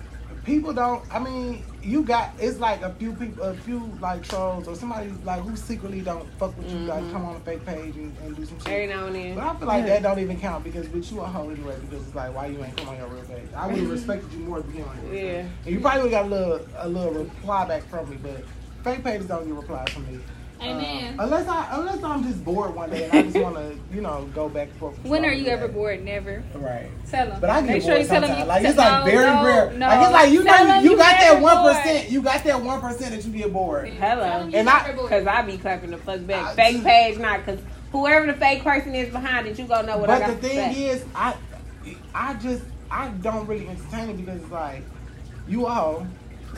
[SPEAKER 3] people don't i mean you got it's like a few people a few like trolls or somebody like who secretly don't fuck with you like come on a fake page and, and do some shit
[SPEAKER 5] Every now and then.
[SPEAKER 3] but I feel like that don't even count because with you a hoe anyway because it's like why you ain't come on your real page. I would have respected you more if you came on your real
[SPEAKER 5] Yeah.
[SPEAKER 3] page. And you probably would have got a little a little reply back from me, but fake pages don't get replies from me.
[SPEAKER 2] Amen.
[SPEAKER 3] Um, unless I unless I'm just bored one day and I just wanna, you know, go back and forth. with
[SPEAKER 2] When are
[SPEAKER 3] somebody
[SPEAKER 2] you ever
[SPEAKER 3] that-
[SPEAKER 2] bored? Never.
[SPEAKER 3] Right.
[SPEAKER 2] Tell them.
[SPEAKER 3] But I get
[SPEAKER 2] Make sure
[SPEAKER 3] bored
[SPEAKER 2] you tell them.
[SPEAKER 3] sometimes.
[SPEAKER 2] You,
[SPEAKER 3] like it's
[SPEAKER 2] tell-
[SPEAKER 3] like very
[SPEAKER 2] no,
[SPEAKER 3] rare.
[SPEAKER 2] No,
[SPEAKER 3] Like it's like you
[SPEAKER 2] Tell
[SPEAKER 3] know
[SPEAKER 2] them
[SPEAKER 3] you, you got
[SPEAKER 2] never
[SPEAKER 3] that one
[SPEAKER 2] bored.
[SPEAKER 3] percent. You got that one percent that you get bored.
[SPEAKER 2] Tell them
[SPEAKER 5] Hello.
[SPEAKER 2] you
[SPEAKER 3] And
[SPEAKER 2] never
[SPEAKER 3] I-
[SPEAKER 2] bored.
[SPEAKER 5] Cause I be clapping the fuck back.
[SPEAKER 3] I-
[SPEAKER 5] fake page, not cause whoever the fake person is behind it, you gonna know what I
[SPEAKER 3] but
[SPEAKER 5] got
[SPEAKER 3] the
[SPEAKER 5] to
[SPEAKER 3] thing
[SPEAKER 5] say.
[SPEAKER 3] is, I I just I don't really entertain it because it's like you a hoe.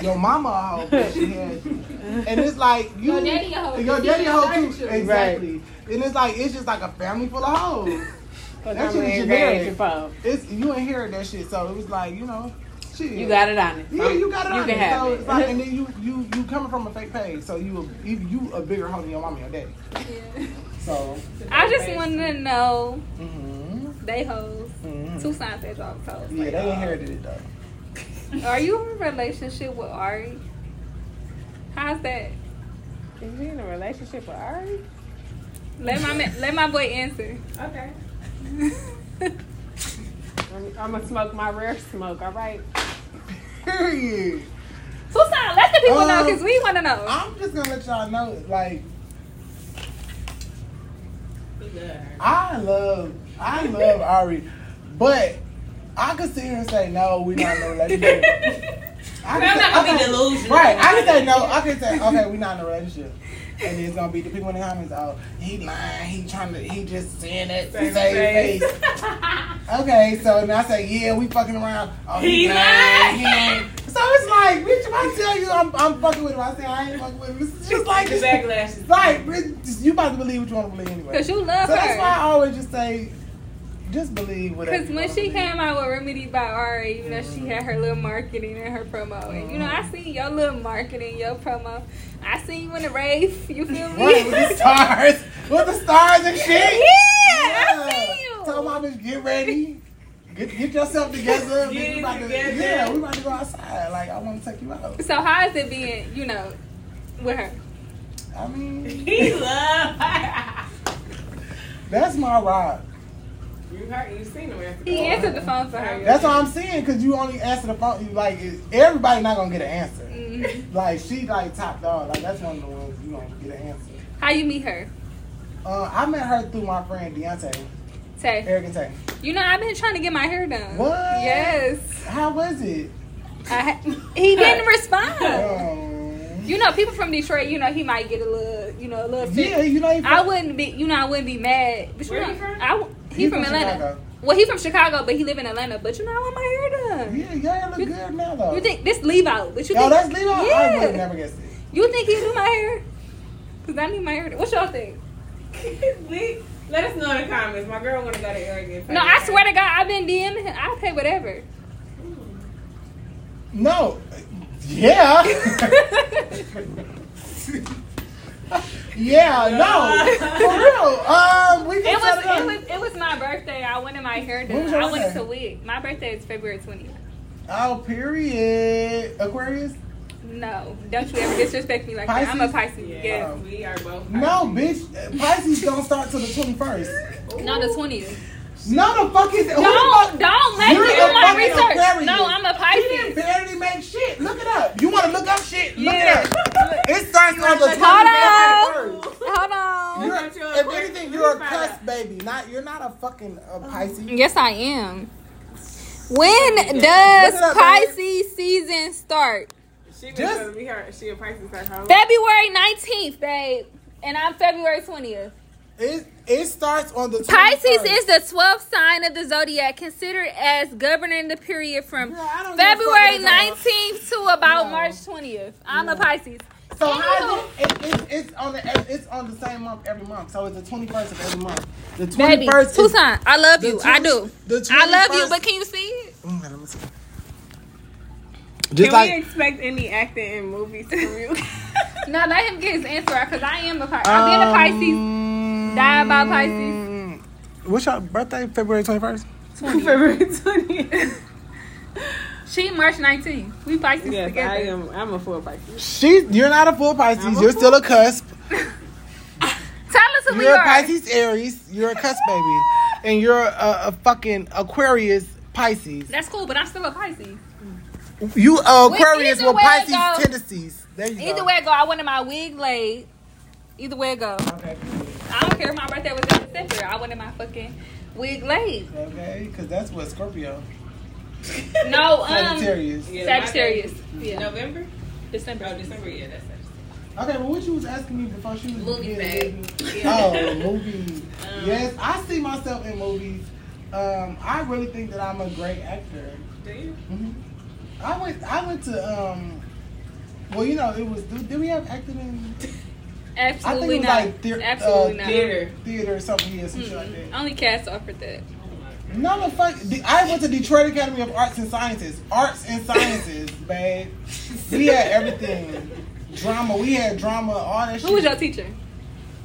[SPEAKER 3] Your mama a hoe, but she had you. and it's like you,
[SPEAKER 2] Your daddy a hoe,
[SPEAKER 3] your
[SPEAKER 2] he
[SPEAKER 3] daddy a hoe
[SPEAKER 2] deserved
[SPEAKER 3] too,
[SPEAKER 2] you.
[SPEAKER 3] exactly. And it's like it's just like a family full of hoes.
[SPEAKER 5] Cause
[SPEAKER 3] That
[SPEAKER 5] I'm
[SPEAKER 3] shit
[SPEAKER 5] an
[SPEAKER 3] is
[SPEAKER 5] engaged
[SPEAKER 3] generic.
[SPEAKER 5] phone.
[SPEAKER 3] It's you inherit that shit, so it was like you know, shit.
[SPEAKER 5] You got it on it.
[SPEAKER 3] Yeah, you got it
[SPEAKER 5] You
[SPEAKER 3] on
[SPEAKER 5] can
[SPEAKER 3] it.
[SPEAKER 5] have
[SPEAKER 3] so
[SPEAKER 5] it.
[SPEAKER 3] it's like, and then you you you coming from a fake page, so you a, you- you a bigger hoe than your mama and your daddy.
[SPEAKER 2] Yeah.
[SPEAKER 3] So
[SPEAKER 2] I just want to know
[SPEAKER 3] mm-hmm.
[SPEAKER 2] They hoes.
[SPEAKER 3] Mhm.
[SPEAKER 2] Two signs that dog hoes.
[SPEAKER 3] Yeah, they inherited it though.
[SPEAKER 2] Are you in a relationship with Ari? How's that?
[SPEAKER 5] Is he in a relationship with Ari?
[SPEAKER 2] Let my man, let my boy answer.
[SPEAKER 6] Okay.
[SPEAKER 5] I'm, I'm gonna smoke my rare smoke. All right.
[SPEAKER 3] Period.
[SPEAKER 2] Two signs. Let the people know
[SPEAKER 3] Um,
[SPEAKER 2] because we want to know.
[SPEAKER 3] I'm just gonna let y'all know, like,
[SPEAKER 6] He love her.
[SPEAKER 3] I love, I love Ari, but I could sit here and say no, we not in a relationship. I
[SPEAKER 6] I'm
[SPEAKER 3] could
[SPEAKER 6] not gonna be
[SPEAKER 3] okay,
[SPEAKER 6] delusional.
[SPEAKER 3] Right, I could say no. I could say okay, we not in a relationship, and it's gonna be the people in the comments. Oh, he lying. He trying to. He just saying that to
[SPEAKER 6] Same
[SPEAKER 3] save face.
[SPEAKER 6] face.
[SPEAKER 3] Okay, so now I say yeah, we fucking around. Oh, he,
[SPEAKER 6] He
[SPEAKER 3] lying.
[SPEAKER 6] lying.
[SPEAKER 3] He- So it's like, bitch, if I tell you I'm, I'm fucking with him, I say I ain't fucking with him. It's just like
[SPEAKER 6] the backlash is
[SPEAKER 3] Right, bitch, you about to believe what you want to believe anyway.
[SPEAKER 2] Because you love
[SPEAKER 3] So that's why I
[SPEAKER 2] her.
[SPEAKER 3] always just say, just believe whatever.
[SPEAKER 2] Because
[SPEAKER 3] you
[SPEAKER 2] when
[SPEAKER 3] wanna
[SPEAKER 2] she
[SPEAKER 3] believe.
[SPEAKER 2] came out with Remedy by Ari, you know, she had her little marketing and her promo. And, you know, I seen your little marketing, your promo. I seen you in the rave. You feel me?
[SPEAKER 3] Right, with the stars, with the stars and shit.
[SPEAKER 2] Yeah, I seen you.
[SPEAKER 3] Tell my bitch, get ready. Get, get yourself together.
[SPEAKER 6] Get
[SPEAKER 3] bitch, we
[SPEAKER 6] it
[SPEAKER 3] about to-
[SPEAKER 6] together.
[SPEAKER 3] yeah, we about to go outside. Like, I want to take you out.
[SPEAKER 2] So how is it being, you know, with her?
[SPEAKER 3] I mean,
[SPEAKER 6] He love her.
[SPEAKER 3] that's my ride.
[SPEAKER 6] You heard, you seen him after
[SPEAKER 2] He answered the phone for her.
[SPEAKER 3] That's all I'm saying, because you only answer the phone. You like, it- everybody not going to get an answer.
[SPEAKER 2] Mhm.
[SPEAKER 3] Like, she, like, top dog. Like, that's one of the ones you don't get an answer.
[SPEAKER 2] How you meet her,
[SPEAKER 3] Uh, I met her through my friend Deontay,
[SPEAKER 2] Tay?
[SPEAKER 3] Eric and Tay.
[SPEAKER 2] You know, I've been trying to get my hair done.
[SPEAKER 3] What?
[SPEAKER 2] Yes.
[SPEAKER 3] How was it?
[SPEAKER 2] I, ha- he didn't respond.
[SPEAKER 3] Um,
[SPEAKER 2] You know, people from Detroit, you know, he might get a little, you know, a little.
[SPEAKER 3] yeah,
[SPEAKER 2] Fit.
[SPEAKER 3] you know, he
[SPEAKER 2] I wouldn't be, you know, I wouldn't be mad. But you
[SPEAKER 6] Where
[SPEAKER 2] know,
[SPEAKER 6] he from?
[SPEAKER 2] I w- he,
[SPEAKER 3] He
[SPEAKER 2] from,
[SPEAKER 3] from
[SPEAKER 2] Atlanta.
[SPEAKER 3] Chicago.
[SPEAKER 2] Well, he from Chicago, but he live in Atlanta. But you know, I want my hair done.
[SPEAKER 3] Yeah, yeah, it
[SPEAKER 2] You-
[SPEAKER 3] look good now though.
[SPEAKER 2] You think this leave out? But you
[SPEAKER 3] Yo,
[SPEAKER 2] think
[SPEAKER 3] that's Lilo. I would have
[SPEAKER 2] Yeah.
[SPEAKER 3] never guessed it.
[SPEAKER 2] You think he do my hair? Cause I need my hair. done. What y'all think?
[SPEAKER 6] We- Let us know in the comments. My girl wanna go to Eric and
[SPEAKER 2] No, I swear to God, I've been DMing him. I'll pay whatever.
[SPEAKER 3] No. Yeah. yeah. No. For real. Um, we
[SPEAKER 2] It
[SPEAKER 3] can
[SPEAKER 2] was,
[SPEAKER 3] set
[SPEAKER 2] it
[SPEAKER 3] up.
[SPEAKER 2] was it was my birthday. I wanted my hair
[SPEAKER 3] When
[SPEAKER 2] done.
[SPEAKER 3] was your
[SPEAKER 2] I wanted
[SPEAKER 3] birthday?
[SPEAKER 2] to wig. My birthday is February 20th.
[SPEAKER 3] Oh, period. Aquarius.
[SPEAKER 2] No, don't you ever disrespect me like that. I'm a Pisces.
[SPEAKER 6] Yeah,
[SPEAKER 2] Yes.
[SPEAKER 6] we are both.
[SPEAKER 3] No, bitch. Pisces don't start till the twenty first.
[SPEAKER 2] No, the 20th.
[SPEAKER 3] No, the fuck is who the
[SPEAKER 2] Don't
[SPEAKER 3] fuck-
[SPEAKER 2] don't make
[SPEAKER 3] You're
[SPEAKER 2] me
[SPEAKER 3] a
[SPEAKER 2] do my
[SPEAKER 3] fucking
[SPEAKER 2] research.
[SPEAKER 3] Aquarius.
[SPEAKER 2] No, I'm a Pisces.
[SPEAKER 3] Barely make shit. Look it up. You want to look up shit? Look
[SPEAKER 2] Yeah.
[SPEAKER 3] it up. It starts on the
[SPEAKER 2] Hold on.
[SPEAKER 3] 21st.
[SPEAKER 2] Hold on.
[SPEAKER 3] You're,
[SPEAKER 6] Look at your
[SPEAKER 3] if
[SPEAKER 6] Aquarius.
[SPEAKER 3] anything,
[SPEAKER 6] Let
[SPEAKER 3] you're a
[SPEAKER 6] me find
[SPEAKER 3] cuss baby. Not you're not a fucking
[SPEAKER 2] Oh.
[SPEAKER 3] uh, Pisces.
[SPEAKER 2] Yes, I am. When
[SPEAKER 3] Look
[SPEAKER 2] does
[SPEAKER 3] it up, babe.
[SPEAKER 2] Pisces season start?
[SPEAKER 6] She was
[SPEAKER 3] Just-
[SPEAKER 6] telling me her. She a Pisces her home.
[SPEAKER 2] February 19th, babe. And I'm February 20th.
[SPEAKER 3] It it starts on the
[SPEAKER 2] Pisces
[SPEAKER 3] 21st.
[SPEAKER 2] is the 12th sign of the zodiac, considered as governing the period from
[SPEAKER 3] Girl, I don't give a fuck
[SPEAKER 2] February
[SPEAKER 3] what y'all-
[SPEAKER 2] 19th to about
[SPEAKER 3] No.
[SPEAKER 2] March 20th. I'm a Pisces.
[SPEAKER 3] So how is it, it, it, it's on the it's on the same month every month. So it's the twenty first of every month. The twenty
[SPEAKER 2] Baby,
[SPEAKER 3] first.
[SPEAKER 2] two signs. I love
[SPEAKER 3] the
[SPEAKER 2] you. I do.
[SPEAKER 3] 20 the
[SPEAKER 2] I love you,
[SPEAKER 3] 21st
[SPEAKER 2] but can you see it?
[SPEAKER 3] Mm, let me see.
[SPEAKER 5] Can
[SPEAKER 3] Just like
[SPEAKER 5] we expect any acting in movies from you?
[SPEAKER 2] No, let him get his answer out because I am a Pisces. I've been a
[SPEAKER 3] Um,
[SPEAKER 2] Die about Pisces.
[SPEAKER 3] What's your birthday? February twenty first.
[SPEAKER 5] February 20th.
[SPEAKER 2] Pisces. She March 19th. We Pisces
[SPEAKER 5] Yes,
[SPEAKER 2] together.
[SPEAKER 5] I am. I'm a full Pisces.
[SPEAKER 3] She, you're not a full Pisces. you're still a cusp.
[SPEAKER 2] Tell us who we
[SPEAKER 3] You're
[SPEAKER 2] are.
[SPEAKER 3] a Pisces Aries. You're a cuss baby, and you're a, a fucking Aquarius Pisces.
[SPEAKER 2] That's cool, but I'm still a Pisces.
[SPEAKER 3] You a Aquarius
[SPEAKER 2] either
[SPEAKER 3] with
[SPEAKER 2] way it
[SPEAKER 3] Pisces
[SPEAKER 2] goes-
[SPEAKER 3] tendencies. There you
[SPEAKER 2] Either
[SPEAKER 3] go.
[SPEAKER 2] way it go, I wanted my wig laid. Either way it go.
[SPEAKER 3] Okay.
[SPEAKER 2] I don't care if my birthday was in December. I wanted my fucking wig laid.
[SPEAKER 3] Okay, because that's what Scorpio,
[SPEAKER 2] No, um,
[SPEAKER 3] Sagittarius.
[SPEAKER 6] Yeah, my
[SPEAKER 2] Sagittarius.
[SPEAKER 6] day-
[SPEAKER 2] Yeah,
[SPEAKER 6] November.
[SPEAKER 2] December.
[SPEAKER 6] Oh, December. Yeah, that's Sagittarius.
[SPEAKER 3] Okay, but what you was asking me before she was
[SPEAKER 6] Movie
[SPEAKER 3] getting-
[SPEAKER 6] bag.
[SPEAKER 3] Oh, movies.
[SPEAKER 6] Um,
[SPEAKER 3] yes, I see myself in movies. Um, I really think that I'm a great actor.
[SPEAKER 6] Do you?
[SPEAKER 3] Mhm. I went. I went to. Um, well, you know, it was. Did did we have acting in I
[SPEAKER 2] Absolutely
[SPEAKER 3] think it was
[SPEAKER 2] not.
[SPEAKER 3] like thea-
[SPEAKER 2] Absolutely
[SPEAKER 3] uh,
[SPEAKER 2] not.
[SPEAKER 6] Theater.
[SPEAKER 3] theater or something? Yeah, some shit like that.
[SPEAKER 2] Mm-mm. Only cast offered that.
[SPEAKER 6] Oh my.
[SPEAKER 3] No, the fuck. the- I went to Detroit Academy of Arts and Sciences. Arts and Sciences, babe. We had everything. Drama. We had drama. All that shit.
[SPEAKER 2] Who was your teacher?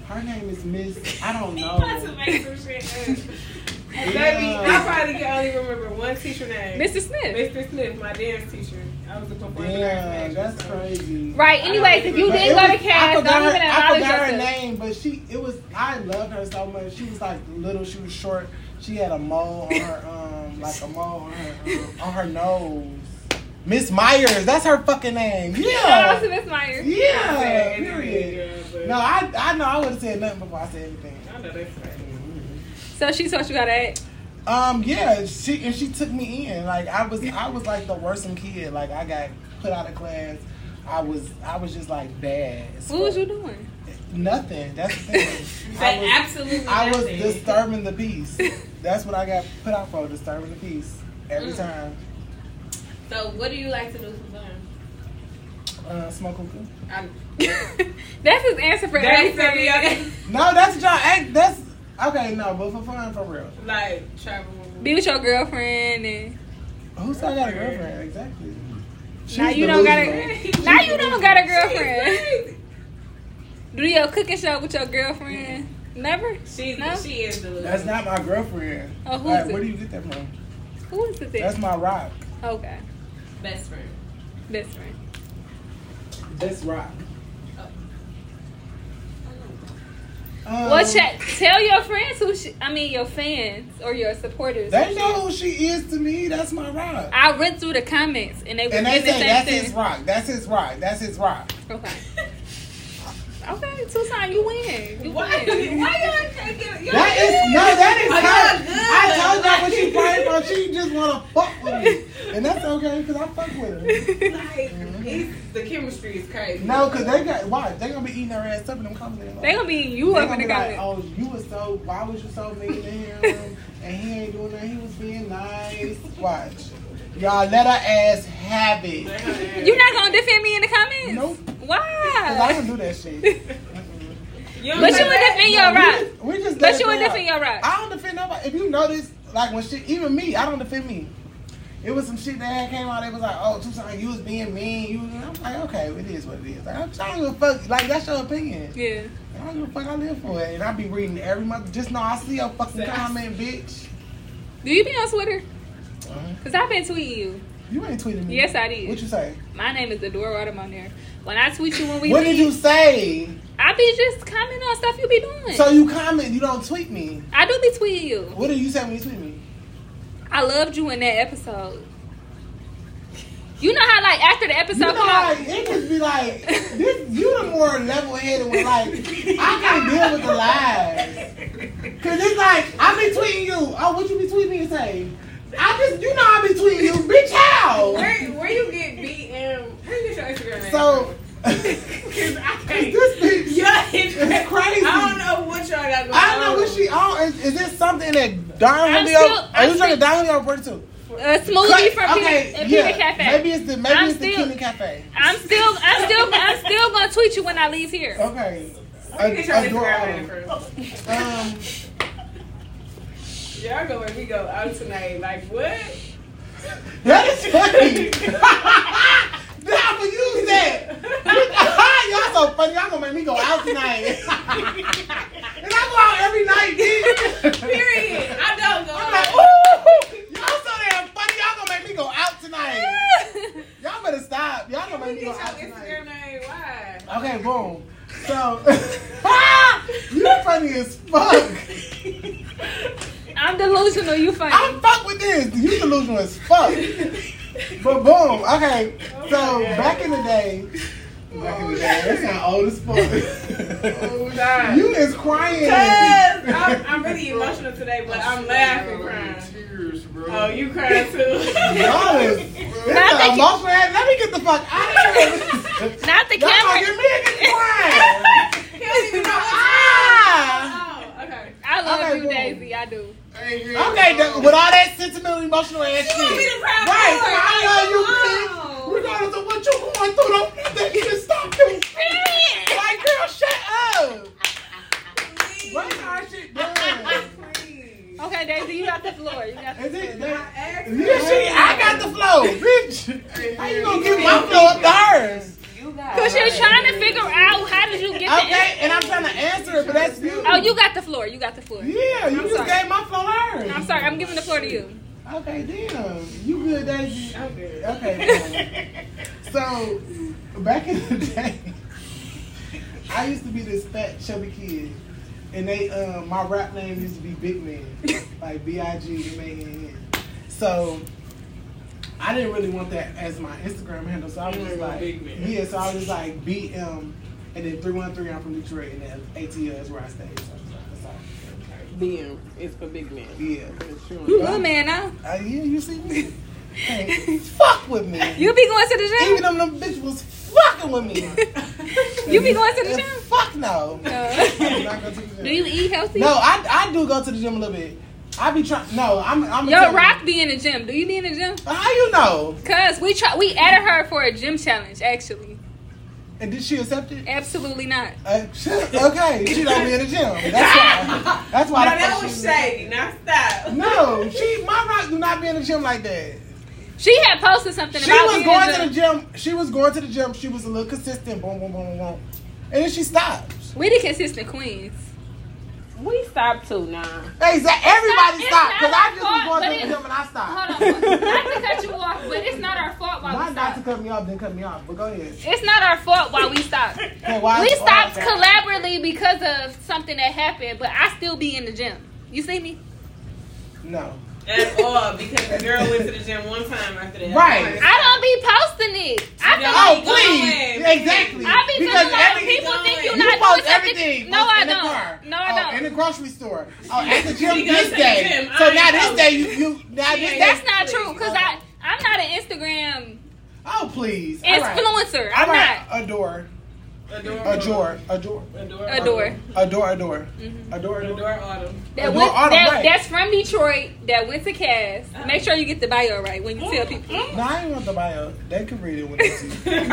[SPEAKER 3] Her name is Miss. I don't
[SPEAKER 6] He wants to
[SPEAKER 3] know.
[SPEAKER 6] make some shit up.
[SPEAKER 5] Baby, I probably can only remember one teacher name.
[SPEAKER 2] Mr. Smith.
[SPEAKER 5] Mr. Smith, my dance teacher. I was a performing
[SPEAKER 3] Yeah,
[SPEAKER 5] arts major,
[SPEAKER 3] that's
[SPEAKER 5] so-
[SPEAKER 3] crazy.
[SPEAKER 2] Right. Anyways, if you
[SPEAKER 3] But
[SPEAKER 2] didn't
[SPEAKER 3] it
[SPEAKER 2] go
[SPEAKER 3] was-
[SPEAKER 2] to
[SPEAKER 3] I
[SPEAKER 2] cast,
[SPEAKER 3] forgot
[SPEAKER 2] don't even
[SPEAKER 3] her-
[SPEAKER 2] acknowledge
[SPEAKER 3] I forgot her
[SPEAKER 2] yourself.
[SPEAKER 3] name, but she it was I loved her so much. She was like little. She was short. She had a mole on her um like a mole on her um, on her nose. Miss Myers, that's her fucking name.
[SPEAKER 2] Shout out to
[SPEAKER 3] Yeah,
[SPEAKER 2] Miss Myers.
[SPEAKER 3] yeah.
[SPEAKER 5] And
[SPEAKER 3] Period.
[SPEAKER 5] everything, but
[SPEAKER 3] No, I I know I would have said nothing before I said anything.
[SPEAKER 5] I know that's right.
[SPEAKER 2] So she taught you how to act.
[SPEAKER 3] Um, yeah, she and she took me in. Like I was, I was like the worst kid. Like I got put out of class. I was, I was just like bad.
[SPEAKER 2] What was you doing?
[SPEAKER 3] Nothing. That's the thing.
[SPEAKER 6] Like,
[SPEAKER 3] I was,
[SPEAKER 6] absolutely
[SPEAKER 3] I was
[SPEAKER 6] nothing.
[SPEAKER 3] disturbing the peace. That's what I got put out for. Disturbing the peace every
[SPEAKER 6] Mm.
[SPEAKER 3] time.
[SPEAKER 6] So, what do you like to do for fun?
[SPEAKER 3] Uh, smoke hookah.
[SPEAKER 6] I,
[SPEAKER 2] That's his answer for
[SPEAKER 5] That's
[SPEAKER 2] everything.
[SPEAKER 3] No, that's John. hey, That's okay. No, but for fun, for real.
[SPEAKER 5] Like travel.
[SPEAKER 2] Be with your girlfriend and
[SPEAKER 3] Who said I got a girlfriend? Exactly.
[SPEAKER 2] now
[SPEAKER 3] She's
[SPEAKER 2] you don't got
[SPEAKER 3] delusional.
[SPEAKER 2] a now you don't got a girlfriend.
[SPEAKER 5] She's
[SPEAKER 2] Do your cooking show with your girlfriend. Never.
[SPEAKER 5] She
[SPEAKER 2] No?
[SPEAKER 5] she is delusional.
[SPEAKER 3] That's not my girlfriend.
[SPEAKER 2] Oh, who's
[SPEAKER 3] Like,
[SPEAKER 2] it?
[SPEAKER 3] where do you get that from?
[SPEAKER 2] Who is the
[SPEAKER 3] That's
[SPEAKER 2] thing?
[SPEAKER 3] my rock.
[SPEAKER 2] Okay,
[SPEAKER 6] best friend.
[SPEAKER 2] best friend.
[SPEAKER 3] That's rock.
[SPEAKER 2] Oh.
[SPEAKER 3] Um,
[SPEAKER 2] Well, check. Tell your friends who she, I mean your fans or your supporters.
[SPEAKER 3] They know who she is to me. That's my rock.
[SPEAKER 2] I read through the comments and they were
[SPEAKER 3] And they
[SPEAKER 2] saying the
[SPEAKER 3] say
[SPEAKER 2] same
[SPEAKER 3] that's his
[SPEAKER 2] thing.
[SPEAKER 3] rock. That's his rock. That's his rock.
[SPEAKER 2] Okay. Okay, Tucson, you win. You
[SPEAKER 5] Why?
[SPEAKER 2] win.
[SPEAKER 5] Why y'all can't get? Y'all
[SPEAKER 3] That is no. That is
[SPEAKER 5] Are
[SPEAKER 3] her.
[SPEAKER 5] y'all
[SPEAKER 3] I told y'all when she prayed
[SPEAKER 5] good?
[SPEAKER 3] for, she just want to fuck with me, and that's okay because I fuck with her.
[SPEAKER 5] Like, it's, the chemistry is crazy.
[SPEAKER 3] No, because they got why they gonna be eating her ass up in them comments.
[SPEAKER 2] They gonna be you
[SPEAKER 3] They
[SPEAKER 2] up in
[SPEAKER 3] gonna
[SPEAKER 2] the
[SPEAKER 3] be like,
[SPEAKER 2] comments.
[SPEAKER 3] oh, you was so. Why was you so mean to him? and he ain't doing that. He was being nice. Watch, y'all let her ass have it.
[SPEAKER 2] You're not gonna defend me in the comments?
[SPEAKER 3] "Oh, Nope. Cause I
[SPEAKER 2] Why?
[SPEAKER 3] don't do that shit.
[SPEAKER 5] You
[SPEAKER 2] But you
[SPEAKER 5] like
[SPEAKER 2] would defend your rock.
[SPEAKER 3] We just. let
[SPEAKER 2] But
[SPEAKER 3] it
[SPEAKER 2] you would
[SPEAKER 3] play out.
[SPEAKER 2] defend your rock.
[SPEAKER 3] I don't defend nobody. If you notice, like when shit, even me, I don't defend me. It was some shit that had came out. It was like, oh, Tucson, you was being mean. You, and I'm like, okay, it is what it is. Like, I'm trying to fuck. Like that's your opinion.
[SPEAKER 2] Yeah.
[SPEAKER 3] I don't give a fuck. I live for it, and I be reading every month. Just know I see your fucking comment, bitch.
[SPEAKER 2] Do you be on Twitter?
[SPEAKER 3] Uh-huh.
[SPEAKER 2] Cause I've been tweeting you.
[SPEAKER 3] You ain't tweeting me.
[SPEAKER 2] Yes, I
[SPEAKER 3] What
[SPEAKER 2] did.
[SPEAKER 3] you say?
[SPEAKER 2] My name is Adora Automonair. When I tweet you when we
[SPEAKER 3] What did you
[SPEAKER 2] leave,
[SPEAKER 3] say?
[SPEAKER 2] I be just commenting on stuff you be doing.
[SPEAKER 3] So you comment, you don't tweet me.
[SPEAKER 2] I do be tweeting you.
[SPEAKER 3] What did you say when you tweet me?
[SPEAKER 2] I loved you in that episode. You know how like after the episode
[SPEAKER 3] You know,
[SPEAKER 2] come out,
[SPEAKER 3] like, it just be like, this, you the more level headed one. Like, I can't deal with the lies. Cause it's like, I be tweeting you. Oh, what you be tweeting me and say? I just, you know, I be tweeting you, bitch. How?
[SPEAKER 5] Where, where you get BM? Where you get your Instagram? at?
[SPEAKER 3] So,
[SPEAKER 5] 'Cause I can't.
[SPEAKER 3] this bitch
[SPEAKER 5] Yeah, it's
[SPEAKER 3] is crazy.
[SPEAKER 5] I don't know what y'all got going
[SPEAKER 3] I don't know
[SPEAKER 5] on.
[SPEAKER 3] what she on. Is, is this something that Don
[SPEAKER 2] I'm
[SPEAKER 3] Julio?
[SPEAKER 2] still-
[SPEAKER 3] Are Oh, you
[SPEAKER 2] I'm
[SPEAKER 3] trying to
[SPEAKER 2] still-
[SPEAKER 3] Don Julio refer to?
[SPEAKER 2] a smoothie from Peter, at Peter Cafe.
[SPEAKER 3] Maybe it's the maybe
[SPEAKER 2] I'm
[SPEAKER 3] it's the
[SPEAKER 2] still-
[SPEAKER 3] Kenny Cafe.
[SPEAKER 2] I'm still, I'm still, I'm still gonna tweet you when I leave here.
[SPEAKER 3] Okay.
[SPEAKER 5] Let me get y'all
[SPEAKER 3] Adore
[SPEAKER 5] Instagram
[SPEAKER 3] Autumn.
[SPEAKER 5] at first.
[SPEAKER 3] Um,
[SPEAKER 5] Y'all go where we go out tonight. Like what?
[SPEAKER 3] that is funny. Nah, but use that. y'all so funny. Y'all gonna make me go out tonight. and I go out every night, bitch.
[SPEAKER 5] Period. I don't go.
[SPEAKER 3] I'm
[SPEAKER 5] out.
[SPEAKER 3] like, ooh, y'all so damn funny. Y'all gonna make me go out tonight. Y'all better stop. Y'all gonna make
[SPEAKER 5] Let me
[SPEAKER 3] me go
[SPEAKER 5] get y'all
[SPEAKER 3] out tonight.
[SPEAKER 5] Instagram name. Why?
[SPEAKER 3] Okay, boom. So, you funny as fuck.
[SPEAKER 2] I'm delusional. You funny.
[SPEAKER 3] I'm fuck with this. You delusional as fuck. But boom, okay. So back in the day, back in the day, that's not old as fuck.
[SPEAKER 5] Oh God.
[SPEAKER 3] you is crying.
[SPEAKER 5] Cause I'm, I'm really emotional today, but I'm laughing, crying.
[SPEAKER 7] Tears, bro.
[SPEAKER 5] Oh, you crying too?
[SPEAKER 3] Y'all is.
[SPEAKER 2] But I
[SPEAKER 3] That's
[SPEAKER 2] think-
[SPEAKER 3] an emotional ass. Let me get the fuck out of here.
[SPEAKER 2] Not the
[SPEAKER 3] Y'all
[SPEAKER 2] camera.
[SPEAKER 3] gonna get me a good crying.
[SPEAKER 5] he don't even know
[SPEAKER 3] Ah.
[SPEAKER 5] what's going on. Oh, Okay.
[SPEAKER 2] I love
[SPEAKER 3] Okay,
[SPEAKER 2] you,
[SPEAKER 3] boom.
[SPEAKER 2] Daisy. I do.
[SPEAKER 3] Okay, th- with all that sentimental, emotional ass shit.
[SPEAKER 5] want me to Oh. cry
[SPEAKER 3] right,
[SPEAKER 5] more.
[SPEAKER 3] I
[SPEAKER 5] Like,
[SPEAKER 3] love
[SPEAKER 5] come
[SPEAKER 3] you, bitch. Regardless of what you're going through, don't let that shit stop you. Like, girl, shut up. What's our shit done?
[SPEAKER 5] Please.
[SPEAKER 2] Okay, Daisy, you got the floor. You got the
[SPEAKER 3] Is it?
[SPEAKER 5] I
[SPEAKER 3] That,
[SPEAKER 5] asked
[SPEAKER 3] yeah, she, I got the flow, bitch. How you gonna give my flow up to hers?
[SPEAKER 6] You got
[SPEAKER 2] Because you're trying to figure out how did you get the
[SPEAKER 3] Okay, and I'm trying to answer it, but that's you.
[SPEAKER 2] Oh, you got the floor. You got the floor.
[SPEAKER 3] Yeah, you
[SPEAKER 2] I'm
[SPEAKER 3] just
[SPEAKER 2] sorry.
[SPEAKER 3] gave my phone
[SPEAKER 2] I'm
[SPEAKER 3] hers.
[SPEAKER 2] sorry. I'm giving the floor to you.
[SPEAKER 3] Okay, damn. You good, Daisy? I'm good. Okay. cool. so, back in the day, I used to be this fat, chubby kid. And they, um, my rap name used to be Big Man. like B-I-G, M-A-N-N. So, I didn't really want that as my Instagram handle. So, I was just like, yeah, so I was just like BM. And then 313, I'm from Detroit. And then ATL is where I stayed. So, I was like, that's all.
[SPEAKER 5] BM is for big man.
[SPEAKER 3] Yeah.
[SPEAKER 5] It's true.
[SPEAKER 2] You little man now.
[SPEAKER 3] Uh, yeah, you see me? Hey, fuck with me.
[SPEAKER 2] You be going to
[SPEAKER 3] Even
[SPEAKER 2] the
[SPEAKER 3] though them bitch was fucking with me.
[SPEAKER 2] gym. You be going to the
[SPEAKER 3] And
[SPEAKER 2] gym.
[SPEAKER 3] Fuck no. I'm
[SPEAKER 2] No.
[SPEAKER 3] not going to the gym.
[SPEAKER 2] Do you eat healthy?
[SPEAKER 3] No, I, I do go to the gym a little bit. I be trying. No, I'm. I'm
[SPEAKER 2] Yo,
[SPEAKER 3] telling you.
[SPEAKER 2] Rock be in the gym. Do you be in the gym?
[SPEAKER 3] How you know?
[SPEAKER 2] Cause we try, we added her for a gym challenge. Actually,
[SPEAKER 3] And did she accept it?
[SPEAKER 2] absolutely not.
[SPEAKER 3] Uh, she- okay, she don't be in the gym. That's why. That's why. the fuck she-
[SPEAKER 6] Now stop.
[SPEAKER 3] No, she my rock do not be in the gym like that.
[SPEAKER 2] She had posted something
[SPEAKER 3] She
[SPEAKER 2] about
[SPEAKER 3] was
[SPEAKER 2] being
[SPEAKER 3] going
[SPEAKER 2] in
[SPEAKER 3] to the gym. She was going to the gym. She was a little consistent. Boom, boom, boom, boom, boom. And then she stopped.
[SPEAKER 2] We the consistent queens.
[SPEAKER 5] We stopped too now.
[SPEAKER 3] Hey, so everybody
[SPEAKER 2] It's
[SPEAKER 3] stop
[SPEAKER 2] not-
[SPEAKER 3] because
[SPEAKER 2] it's
[SPEAKER 3] I
[SPEAKER 2] not
[SPEAKER 3] just was
[SPEAKER 2] our
[SPEAKER 3] going
[SPEAKER 2] fault,
[SPEAKER 3] to the
[SPEAKER 2] but
[SPEAKER 3] gym and I stopped.
[SPEAKER 2] Hold on, not to cut you off, but it's not our fault why
[SPEAKER 3] Not
[SPEAKER 2] we
[SPEAKER 3] not to
[SPEAKER 2] stopped.
[SPEAKER 3] cut me off, then cut me off. But go ahead.
[SPEAKER 2] It's not our fault why we stopped.
[SPEAKER 3] Hey, why-
[SPEAKER 2] we
[SPEAKER 3] why-
[SPEAKER 2] stopped
[SPEAKER 3] why-
[SPEAKER 2] collaboratively because of something that happened, but I still be in the gym. You see me?
[SPEAKER 3] No.
[SPEAKER 6] At all, because the girl went to the gym one time after that.
[SPEAKER 3] Right.
[SPEAKER 2] I don't be posting it. I feel
[SPEAKER 6] Yeah.
[SPEAKER 2] like
[SPEAKER 3] Oh
[SPEAKER 6] Keep
[SPEAKER 3] please,
[SPEAKER 6] going.
[SPEAKER 3] exactly.
[SPEAKER 2] I be
[SPEAKER 3] because
[SPEAKER 2] feeling like
[SPEAKER 3] every-
[SPEAKER 2] people think you
[SPEAKER 3] you
[SPEAKER 2] not
[SPEAKER 3] post
[SPEAKER 2] doing
[SPEAKER 3] everything.
[SPEAKER 2] something. No,
[SPEAKER 3] Oh,
[SPEAKER 2] I
[SPEAKER 3] in The car.
[SPEAKER 2] don't. No,
[SPEAKER 3] oh,
[SPEAKER 2] I
[SPEAKER 3] In the
[SPEAKER 2] don't.
[SPEAKER 3] grocery store. Oh, at the gym
[SPEAKER 6] She goes
[SPEAKER 3] this
[SPEAKER 6] to the
[SPEAKER 3] day.
[SPEAKER 6] gym.
[SPEAKER 3] So
[SPEAKER 6] I
[SPEAKER 3] now
[SPEAKER 6] ain't
[SPEAKER 3] this
[SPEAKER 6] posting.
[SPEAKER 3] day you, you now this
[SPEAKER 6] ain't
[SPEAKER 3] day.
[SPEAKER 2] That's not true because I I'm not an Instagram
[SPEAKER 3] Oh please. All right.
[SPEAKER 2] influencer.
[SPEAKER 3] All
[SPEAKER 2] I'm
[SPEAKER 3] right.
[SPEAKER 2] not.
[SPEAKER 3] Adore.
[SPEAKER 6] Adore.
[SPEAKER 3] Adore. Adore.
[SPEAKER 6] Adore.
[SPEAKER 2] Adore. Mm-hmm.
[SPEAKER 3] Adore. Adore. Adore. Adore.
[SPEAKER 6] Adore Autumn.
[SPEAKER 2] That
[SPEAKER 3] Adore
[SPEAKER 2] went,
[SPEAKER 3] Autumn,
[SPEAKER 2] that,
[SPEAKER 3] right.
[SPEAKER 2] That's from Detroit. That went to Cass. Make sure you get the bio right when you tell people.
[SPEAKER 3] No, I ain't want the bio. They can read it when they see. it.